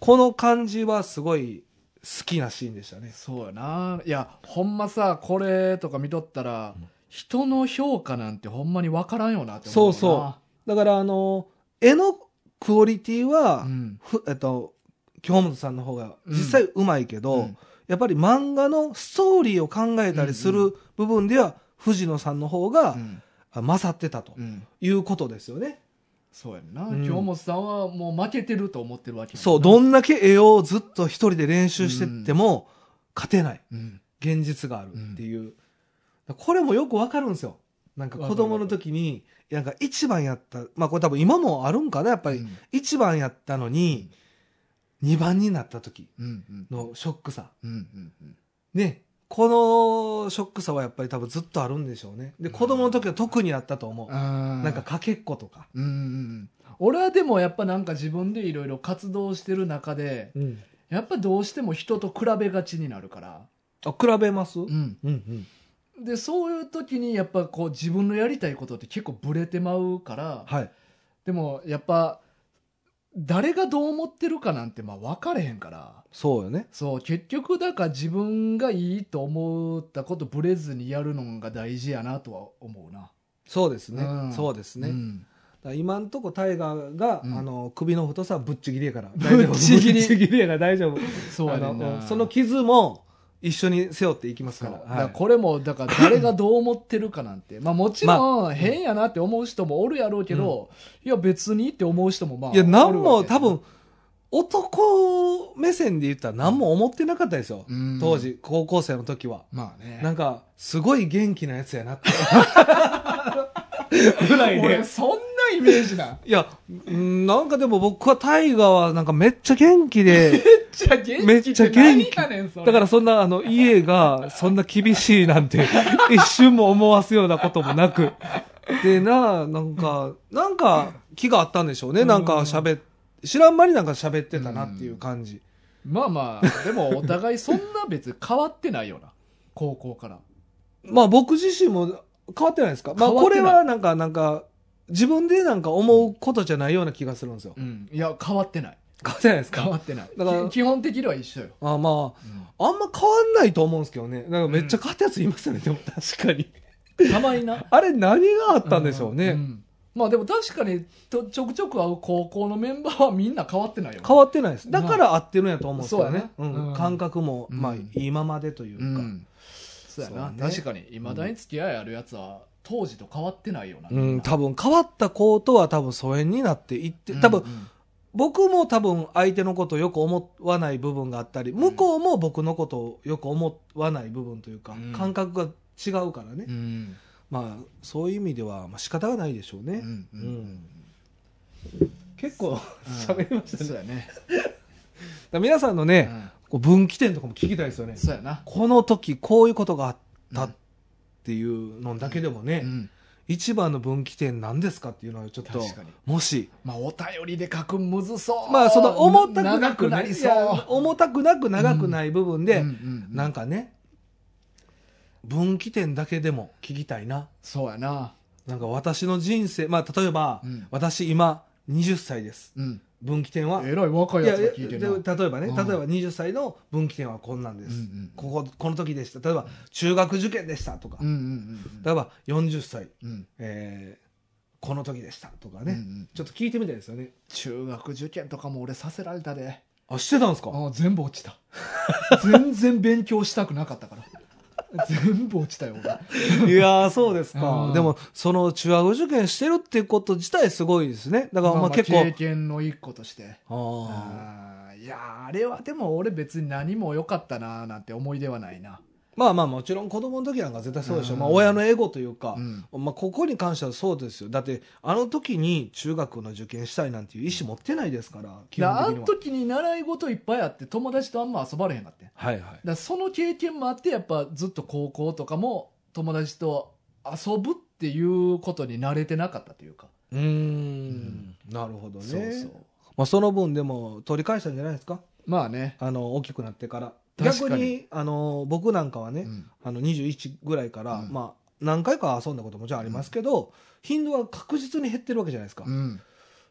B: この感じはすごい好きなシーンでしたね。
A: そうやないやほんまさこれとか見とったら、
B: うん
A: 人の評価なんてほんまに分からんよなって
B: そ
A: 思う
B: うそうだからあの絵のクオリティは、
A: ん
B: ふえっと京本さんの方が実際うまいけど、
A: うん
B: やっぱり漫画のストーリーを考えたりする部分では藤野さんの方が
A: うん
B: 勝ってたと
A: うん
B: いうことですよね。
A: そうやんな、
B: うん
A: 京本さんはもう負けてると思ってるわけやんな
B: そう、どんだけ絵をずっと一人で練習してっても勝てない
A: うん
B: 現実があるっていう。これもよくわかるんですよ。なんか子供の時に、なんか一番やった、まあこれ多分今もあるんかな、やっぱ
A: う
B: り。
A: ん
B: 一番やったのに、二番になった時
A: うんうん
B: のショックさ。
A: うんうんうん
B: ね、このショックさはやっぱり多分ずっとあるんでしょうね。で、子供の時は特にあったと思う。
A: あー
B: なんかかけっことか。
A: うんうんうん俺はでもやっぱなんか自分でいろいろ活動してる中でやっぱどうしても人と比べがちになるから、
B: あ、比べますうん
A: ん、
B: うん。
A: でそういう時にやっぱこう自分のやりたいことって結構ブレてまうから、
B: はい。
A: でもやっぱ誰がどう思ってるかなんてまあ分かれへんから
B: そうよね。
A: そう結局だから自分がいいと思ったことブレずにやるのが大事やなとは思うな。
B: そうですね。
A: うん
B: そうですね。
A: う
B: だ
A: ん
B: から今んとこタイガーが、
A: うん
B: あの、首の太さはぶっちぎりやから。
A: ぶっちぎり
B: ぶっちぎりやから大丈夫。
A: そうやねん
B: あ
A: な
B: のその傷も一緒に背負っていきます
A: そ
B: か
A: う
B: ら。
A: だか
B: は
A: ら
B: い
A: これもだから誰がどう思ってるかなんてまあもちろん変やなって思う人もおるやろうけど、いや別にって思う人もまあ
B: いや、
A: お
B: 何
A: るわ
B: も
A: けやな
B: 多分、男目線で言ったら何も思ってなかったですよ。
A: うん
B: 当時、高校生の時は。
A: まあね
B: なんか、すごい元気なやつやなって。ぐらい
A: (laughs)
B: で
A: 俺。そんなイメージない
B: や、うんなんかでも僕はタイガーはなんかめっちゃ元気で、
A: めっちゃ元
B: めっ
A: 気っ
B: ち
A: て
B: ゃ元
A: 何
B: 気
A: やねんそれ
B: だからそんなあの家がそんな厳しいなん
A: (laughs)
B: て一瞬も思わすようなこともなく。でなあ、なんか、なんか気があったんでしょうね。なんか喋っ、知らん間になんか喋ってたなっていう感じ。
A: まあまあでもお互いそんな別に変わってないよな高校から
B: まあ僕自身も変わってないですかまあ
A: 変わっ
B: こ
A: てな
B: れ
A: い
B: はなんか、なんか、自分でなんか思うことじゃないような気がするんですよ。
A: うんいや変わってない
B: 変わってないです
A: 変
B: か
A: わってない
B: だから
A: き基本的には一緒よ、
B: あまあ、あんま変わんないと思うんですけどね。なんかめっちゃ変わったやついますよね、でも確かに。
A: たまにな
B: あれ何があったんでしょうね。
A: んまあでも確かにとちょくちょく会う高校のメンバーはみんな変わってないよね
B: 変わってないです。だから合ってるんやと思うんですけど
A: そうや
B: ね
A: ね。
B: うん
A: うん
B: 感覚も、
A: うん
B: まあ、今までという
A: う
B: か。
A: んそうやな
B: そうね
A: 確かにいまだに付き合いあるやつは当時と変わってないよな、
B: う
A: み
B: ん、
A: な
B: 多分変わった子とは多分疎遠になっていって、多分、
A: うん
B: 僕も多分相手のことをよく思わない部分があったり、向こうも僕のことをよく思わない部分というか、
A: うん
B: 感覚が違うからね。
A: うん
B: まあ、そういう意味では、まあ仕方がないでしょう
A: う
B: ね。
A: んうんうん
B: 結構
A: うん
B: 喋りましたね。だ
A: そ
B: か
A: うやね、
B: ら皆さんの
A: う
B: ね、
A: ん、
B: こう分岐点とかも聞きたいですよね。
A: そうやな
B: この時こういうことがあったっていうのだけでもね、
A: うん
B: 一番の分岐点何ですかっていうのはちょっと
A: 確かに
B: もし
A: まあお便りで書くんむずそう
B: まあその重たくな
A: 長
B: く
A: くな
B: な
A: り
B: り
A: そ
B: そうう重たくなく長くない部分
A: う
B: で、
A: んうんうん
B: なんかね分岐点だけでも聞きたいな
A: そうやな
B: なんか私の人生まあ例えば、
A: うん
B: 私今20歳です
A: うん
B: 分岐点は
A: えらい若いやつが聞いてるな
B: で例えばね、
A: うん
B: 例えば20歳の分岐点はこんなんです、
A: うんうん
B: こここの時でした例えば中学受験でしたとか、
A: うんうん
B: 例えば40歳、
A: うんうん
B: えーこの時でしたと
A: う
B: か
A: んう
B: ね、
A: ん
B: ちょっと聞いてみたいですよね
A: 中学受験とかも俺させられたで
B: あしてたんですか
A: ああ全部落ちた (laughs) 全然勉強したくなかったから (laughs) 全部落ちたよ俺
B: (laughs) いやーそうですか、
A: うん
B: でもその中学受験してるってこと自体すごいですねだからまあ結構、
A: 経験の一個として
B: あー
A: あーいやーあれはでも俺別に何も良かったなーなんて思い出はないな
B: まあまあもちろん子供の時なんか絶対そうでしょ、
A: うん
B: まあ、親のエゴというか、
A: うん
B: まあ、ここに関してはそうですよだってあの時に中学の受験したいなんていう意思持ってないですから基
A: だからあ
B: 本
A: の
B: 的には
A: 時に習い事いっぱいあって友達とあんま遊ばれへんかってだか
B: はいはい
A: らその経験もあってやっぱずっと高校とかも友達と遊ぶっっていうことに慣れてなかったというか、
B: うーんなるほどね
A: そうそう
B: まあ、その分でも取り返したんじゃないですか
A: まあね、
B: あの大きくなってから
A: 確かに
B: 逆にあの僕なんかはね、
A: うん
B: あの21ぐらいから、
A: うん
B: まあ何回か遊んだこともじゃあありますけど、頻度は確実に減ってるわけじゃないですか、
A: うん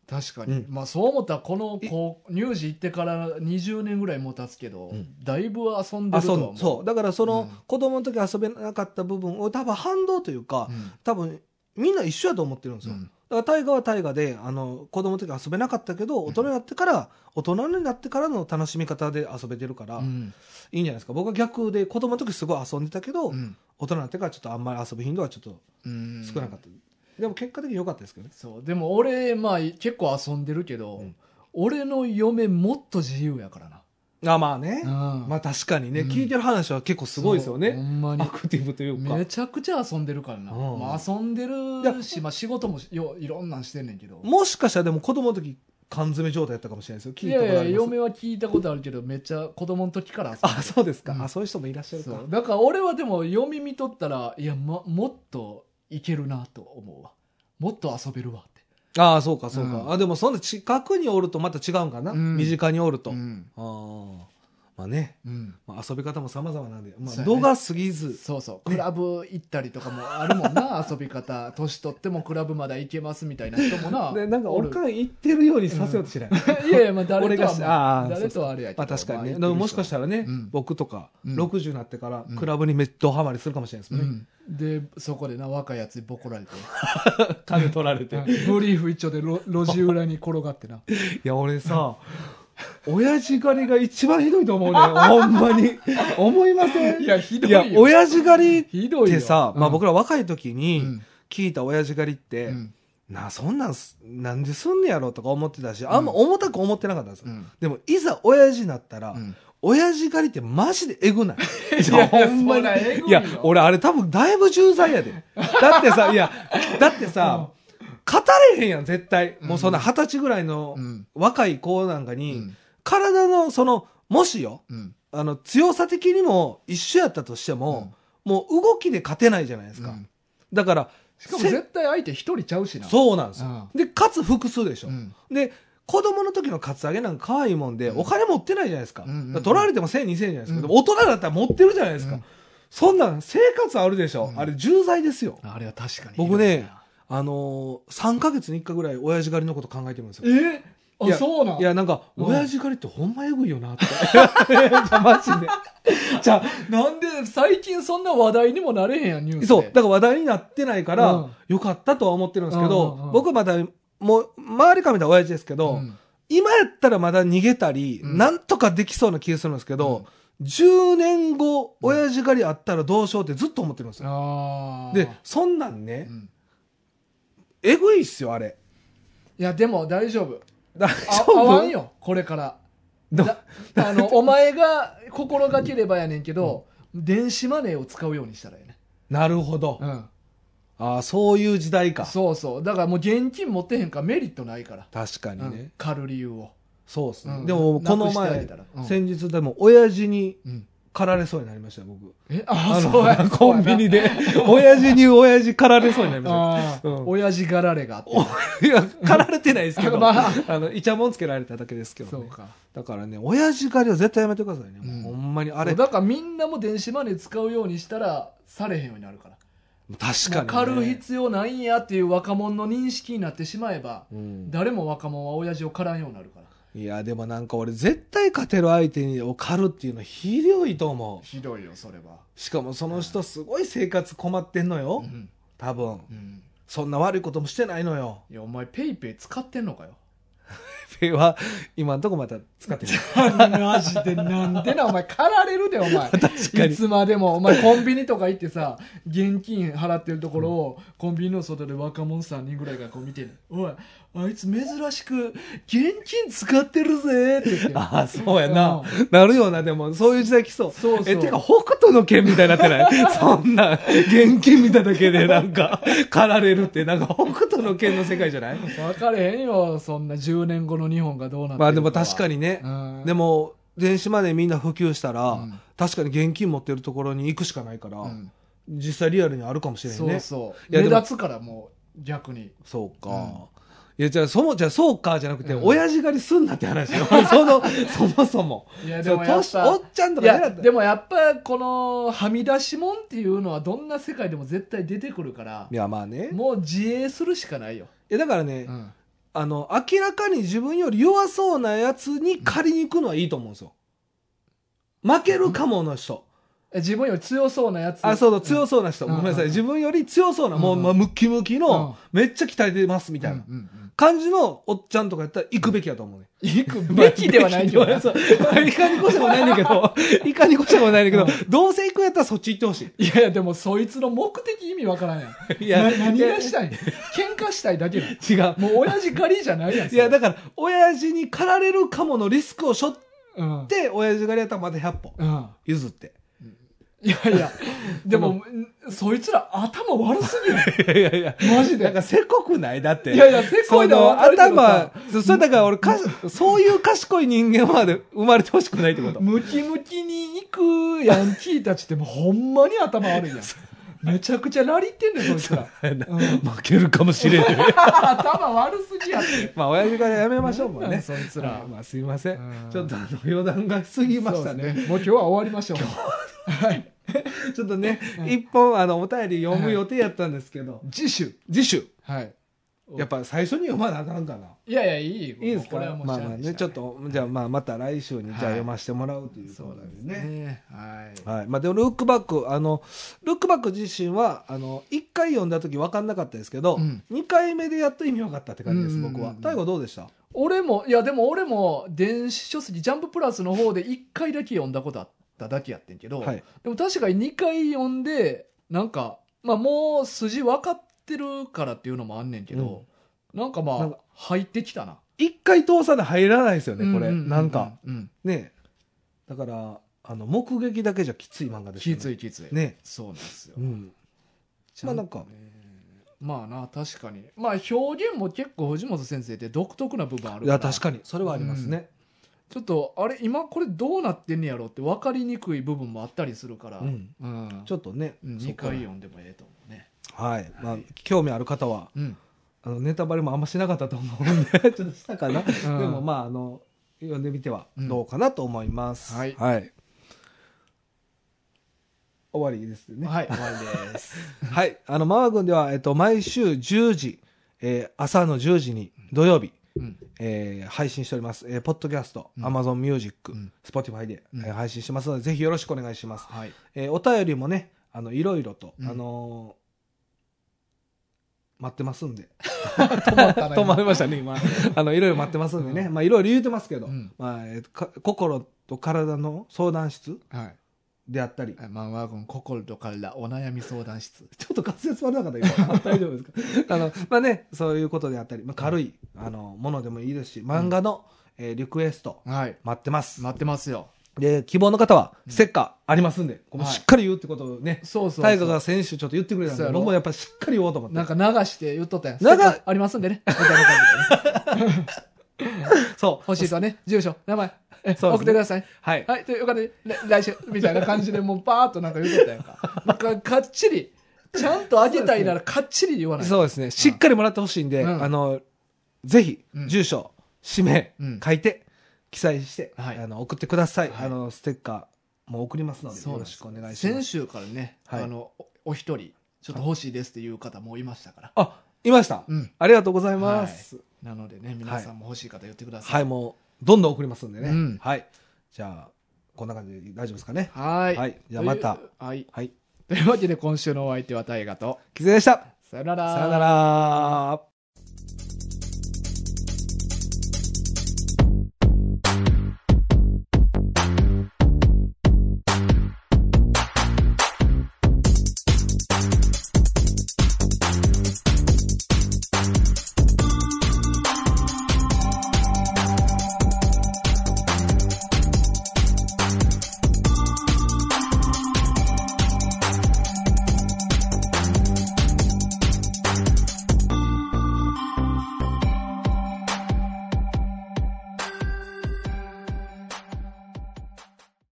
A: 確かに、
B: うん
A: まあそう思ったらこのこう乳児行ってから20年ぐらいも経つけど、
B: うん
A: だいぶ遊んで
B: あ
A: ると
B: そ
A: は
B: う
A: 思う
B: そうだからその、
A: うん
B: 子供の時遊べなかった部分を多分反動というか、
A: ん
B: 多分みんな一緒やと思ってるんですよ、
A: うん
B: だから大河は大河であの子供の時遊べなかったけど大人になってから、大人になってからの楽しみ方で遊べてるから、
A: う
B: い
A: ん
B: いんじゃないですか僕は逆で子供の時すごい遊んでたけど、
A: うん
B: 大人になってからちょっとあんまり遊ぶ頻度はちょっと
A: うん
B: 少なかった、でも結果的に良かったですけどね
A: そうでも俺まあ結構遊んでるけど、
B: うん
A: 俺の嫁もっと自由やからな、
B: あまあね、
A: うん
B: まあ確かにね、
A: うん
B: 聞いてる話は結構すごいです
A: そ
B: よ
A: うほ
B: ね
A: んまに
B: アクティブというか
A: めちゃくちゃ遊んでるからな、
B: うん
A: まあ、遊んでるし、まあ、仕事もよいろんなんしてんねんけど
B: もしかしたらでも子供の時缶詰状態やったかもしれないですよ聞いたことあり
A: や
B: ます
A: いや嫁は聞いたことあるけどめっちゃ子供の時から遊んでる
B: あそうですか、
A: うん
B: あそういう人もいらっしゃるか
A: そうだから俺はでも読み見とったらいや、ま、もっといけるなと思うわもっと遊べるわって
B: ああそうかそうか、
A: うん
B: あでもそんな近くにおるとまた違うんかな、
A: うん
B: 身近におると、
A: うん
B: ああまあね、
A: うん
B: まあ、遊び方も様々なんで、ま
A: そう
B: あ、
A: やね
B: 度が過ぎず、
A: そうそうクラブ行ったりとかもあるもん
B: (laughs)
A: な、遊び方年取ってもクラブまだ行けますみたいな人もな
B: でなんかお
A: る
B: かん言ってるようにさせようとしない、
A: いやいやまあ誰
B: 俺
A: と
B: が
A: は
B: し
A: ま
B: あ
A: あ
B: ー
A: 誰とはあれやけど
B: まあ確かにね、
A: まあ
B: でももしかしたらね、
A: うん
B: 僕とか
A: うん
B: 60になってから
A: うん
B: クラブにめっどハマりするかもしれないですもん
A: う
B: ね、
A: んでそこでな若いやつにボコられて
B: 金取られて、い
A: ブリーフ一丁で路路地裏に転がってな
B: や俺さ親父狩りが一番ひどいと思
A: (laughs)
B: うねほんまに思いません
A: いやひどい
B: いや
A: よ
B: 親父狩り
A: ひどい
B: っ
A: よ
B: てさ、まあ、
A: うん
B: 僕ら若い時
A: う
B: に
A: ん
B: 聞いた親父狩りって、
A: うん
B: なあそんなんすなんですんねやろとか思ってたしあんま重たく思ってなかったんですよ、
A: うん
B: でもいざ親父になったら、
A: うん
B: 親父狩りってマジでえぐない
A: (laughs)
B: い
A: いや
B: に
A: そらえぐいよ
B: いや俺あれ多分だいぶ重罪やでだってさいやだってさ語れへんやん絶対もうそんな二十歳ぐらいの
A: うん
B: 若い子なんか
A: う
B: に、
A: ん
B: 体のそのもしよ
A: うん
B: あの強さ的にも一緒やったとしても、もう動きで勝てないじゃないですか、
A: うん
B: だから
A: しかも
B: せ
A: 絶対相手一人ちゃうしな
B: そうなんですよ、
A: う
B: でかつ複数でしょ、
A: ん
B: で子供の時のカツアゲなんか可愛いもんで、
A: うん
B: お金持ってないじゃないですか,、
A: うんうんうん
B: 取られても1000、2000円じゃないですか、
A: うん
B: でも大人だったら持ってるじゃないですか、
A: うん
B: そんなん生活あるでしょ、
A: うん
B: あれ重罪ですよ
A: あれは確かに
B: 僕ねあのー、3ヶ月に1回ぐらい親父狩りのこと考えてるんですよ
A: え
B: い
A: あ
B: や
A: そうなん
B: いやなんか
A: うん
B: 親父狩りってほんまエグいよなってじゃあマジでじゃ
A: なんで最近そんな話題にもなれへんやんニュース
B: あ
A: で
B: そうだから話題になってないから、
A: うん
B: よかったとは思ってるんですけど、
A: うんうんうん
B: 僕はまだもう周りから見たら親父ですけど、
A: うん
B: 今やったらまだ逃げたり、
A: うん
B: なんとかできそうな気がするんですけど、10年後、
A: うん
B: 親父狩りあったらどうしようってずっと思ってるんですよ。
A: あー
B: で、そんなん
A: う
B: ね、
A: ん
B: えぐいっすよ、あれ。
A: いやでも大丈夫
B: 大
A: あ
B: 丈
A: 合わん
B: 夫
A: よこれから
B: ど
A: だあのお前が心がければやねんけど、電子マネーを使うようにしたらやね、
B: なるほど。
A: ん、
B: ああ、そういう時代か。
A: そうそうだからもう現金持ってへんからメリットないから、
B: 確かにね。
A: うん狩る理由を、
B: そうっすね。
A: うん
B: でも、こ
A: な
B: の
A: くしてあげ
B: 前
A: たら、うん
B: 先日でも、親父に
A: うん、
B: 狩られそうになりましたよ、僕。
A: え (laughs) あ
B: あの
A: そうや
B: (laughs) コンビニで、親父に親父狩られそうになりましたよ。
A: ああ、
B: うん
A: 親父がられがあって
B: いや、狩られてないですけど、
A: (laughs) まあ
B: あの、イチャモンつけられただけですけど
A: そう
B: ね。
A: か
B: だからね、親父狩りは絶対やめてくださいね。もう
A: うん
B: ほんまに、あ
A: あ
B: れ、
A: れ
B: 確
A: だからみんなも電子マネー使うようにしたらされへんようになるから
B: かに、ね。
A: もう狩る必要ないんやっていう若者の認識になってしまえば、
B: うん
A: 誰も若者は親父を狩らんようになるから
B: いや、でもなんか俺、絶対勝てる相手を狩るっていうのはひどいと思
A: ひどいよそれは、
B: う。しかもその人、すごい生活困ってんのよ。
A: うん
B: 多分。
A: うん、
B: そんな悪いこともしてないのよ。
A: いやお前ペイペイ使ってんのかよ
B: ペイは、今んとこまた使ってない。
A: マジでなんでなお前狩られるでお
B: (laughs)
A: 前
B: かに
A: いつまでもお前コンビニとか行ってさ現金払ってるところをコンビニの外で若者3人ぐらいがこう見てるおいあいつ珍しく現金使ってるぜって言って
B: ああ、そうやな
A: う。
B: なるよな、でも、そういう時代来そう。
A: そうそう
B: え、てか、北斗の剣みたいになってない
A: (laughs)
B: そんな、現金見ただけでなんか、狩られるって、なんか北斗の剣の世界じゃない
A: 分かれへんよそんな10年後の日本がどうなってるか
B: ま
A: は
B: あでも確かにね
A: う。ん
B: でも、電子マネーみんな普及したら、
A: うん
B: 確かに現金持ってるところに行くしかないから、
A: うん
B: 実際リアルにあるかもしれん
A: そう
B: ね
A: そう
B: いや
A: 目
B: でも
A: 立つからもう逆に
B: そうか。
A: うん
B: いや、じゃあ、そも、じゃあ、そうか、じゃなくて、
A: うん
B: 親父狩りすんなって話よ。 (laughs) その、そもそも。
A: いやで
B: そ
A: も
B: の
A: やっ
B: 年お
A: ぱ
B: っちゃんと
A: い
B: かね
A: やでもやっぱこのはみ出しもんっていうのはどんな世界でも絶対出てくるから
B: いや、まあね。
A: もう自衛するしかないよ、
B: いや、だからね、
A: うん
B: あの、明らかに自分より弱そうなやつに借りに行くのはいいと思うんですよ。負けるかもの人。
A: え自分より強そうなやつ
B: あ、そうだ、
A: うん
B: 強そうな人。
A: うん
B: ごめんなさい。
A: うん
B: 自分より強そうな、もう、
A: うん
B: まあ、ムッキムキの、めっちゃ鍛えてます、み
A: み
B: たいな
A: うんうんうん
B: 感じのおっちゃんとかやったら行くべきやと思うね。
A: 行
B: (laughs)
A: くべきではないけどな
B: そういかにこしたことないんだけど、 (laughs) いかにこしたことないんだけど、どうせ行くんやったらそっち行ってほし
A: いやいやでもそいつの目的意味わからんやん
B: い。い
A: な
B: や、
A: 何が
B: い
A: したいん喧嘩したいだけなん
B: や違う。
A: もう親父狩りじゃないやん
B: いや、だから、親父に駆られるかものリスクを背負っ
A: うん、うん、
B: て、親父がやったらまた100歩譲って。
A: いやいやでもそいつら頭悪すぎる
B: いやいやいや。
A: マジで
B: なんか、せこくないだって。
A: いやいやせこ
B: そ
A: いのは
B: の
A: わかるけど
B: 頭
A: さ、
B: そそれだから俺かし、そういう賢い人間まで生まれてほしくないってこと。
A: ムキムキに行くヤンキーたちってもうほんまに頭悪いやんめちゃくちゃラリってんねんそいつら、うん
B: (laughs) 負けるかもしれない。 (laughs)
A: 頭悪すぎやって
B: まあ、親父からやめましょうもん
A: なんなん
B: ね。
A: そいつら
B: はいまあ、すいませ
A: うん
B: ん。ちょっとあの、余談が過ぎました
A: そうで
B: ね
A: す。もう今日は終わりましょうはい
B: ちょっとね
A: う、ん
B: 一本、あの、お便り読む予定やったんですけど、
A: 次週
B: 次週、
A: はい
B: やっぱ最初に読まなあかんかな。
A: いやいやいいよ
B: いいですか
A: これはもう
B: まあ
A: しゃ
B: まあ
A: あない
B: ね、ちょっと、じゃあまあまた来週に、じゃ
A: は
B: あ
A: い
B: 読ませてもらうというこ
A: そう
B: と
A: な
B: で
A: んです
B: ね。
A: ねはい
B: はい。まあでも、ルックバック、あの、ルックバック自身は、あの、一回読んだ時分かんなかったですけど
A: うん、
B: 二回目でやっと意味分かったって感じです、
A: うんうんうん
B: 僕は。大悟どうでした
A: 俺もいやでも俺も電子書籍ジャンププラスの方で1回だけ読んだことあっただけやってんけど、
B: はい。
A: でも確かに2回読んでなんかまあもう筋分かってるからっていうのもあんねんけど、なんかま
B: な
A: あ
B: んか
A: 入ってきたな、
B: 一回通さない入らないですよね、こ
A: う
B: れ。
A: ううう
B: なんか、、
A: うん、
B: ね。だから、あの、目撃だけじゃきつい漫画です
A: き
B: よね。
A: ついきつい、
B: ね。
A: そうなんですよ、
B: うん。まあなんか
A: ちゃとねまあな確かにまあ表現も結構藤本先生って独特な部分ある
B: い
A: から
B: や、確かに。それはありますね。
A: ちょっとあれ今これどうなってんねやろって分かりにくい部分もあったりするから、
B: うん
A: うん
B: ちょっとね、
A: うん
B: そ
A: 2
B: うかな
A: 回読んでもええと思うね、
B: はい、まあ、興味ある方は
A: うん、
B: あのネタバレもあんましなかったと思うんで (laughs) ちょっとしたかな、
A: ん
B: でもまああの読んでみては
A: うん
B: どうかなと思います、
A: はい
B: 終わりですね
A: はい終わりです
B: (laughs) はいあのマワ軍では、えっと、毎週10時、えー朝の10時に土曜日、
A: うん
B: えー配信しております、えーポッドキャスト、
A: うん
B: アマゾンミュージック、
A: うん
B: スポティファイで、
A: うん
B: えー配信してますので、ぜひよろしくお願いします。
A: はい
B: えーお便りもねあのいろいろと、
A: うん
B: あのー待ってますんで
A: (laughs) 止まったな
B: 止まりましたね今 (laughs) あのいろいろ待ってますんでね、
A: う
B: まあいろいろ言うてますけど、
A: うん
B: まあえーか心と体の相談室
A: はい
B: であったり、
A: マンワーゴン心と体お悩み相談室
B: ちょっと滑舌悪なかっ
A: (laughs)
B: た今大丈夫ですかあのまあねそういうことであったり、まあ、軽い、あのものでもいいですし漫画の、えーリクエスト
A: はい
B: 待ってます、
A: 待ってますよ
B: で希望の方は
A: うん
B: ステッカーありますんで、ここも
A: はい
B: しっかり言うってことをね
A: そうそう
B: 大河が選手ちょっと言ってくれたん
A: そう
B: で
A: やろ
B: 僕もやっぱりしっかり言おうと思って
A: なんか流して言っとったやん
B: 流
A: ステッカーありますんで (laughs) ねみたいな感じでね
B: そう。
A: 欲しいとはね住所名前え
B: そうですね
A: 送ってください
B: はい。
A: はい、ということで、ら来週、みたいな感じで、もう、パーッとなんか言うとったやん (laughs) か。なんか、かっちり、ちゃんとあげたいなら、かっちり言わない。
B: そうですね。しっかりもらってほしいんで、
A: うん
B: あの、ぜひ
A: う、ん
B: 住所、氏名
A: うん、
B: 書いて、記載して、
A: はい
B: あの、送ってください。
A: はい
B: あの、ステッカーも送りますので、
A: そうな
B: よ
A: ん
B: ろ
A: で
B: し
A: す
B: くお願いしま
A: 先
B: す。
A: 週からね、
B: はい
A: あの、おお一人、ちょっと欲しいですっていう方もいましたから。
B: あ、いました
A: うん。
B: ありがとうございます。
A: なのでね、皆さんも欲しい方言ってくださ。
B: はいい、もう、どんどん送りますんで
A: う
B: ね
A: ん。
B: はい。じゃあ、こんな感じで大丈夫ですかね。
A: はーい。
B: はいじゃあまた
A: という。はい。
B: はい。
A: というわけで、今週のお相手は大河と、
B: きつねでした。
A: さよなら。
B: さよなら。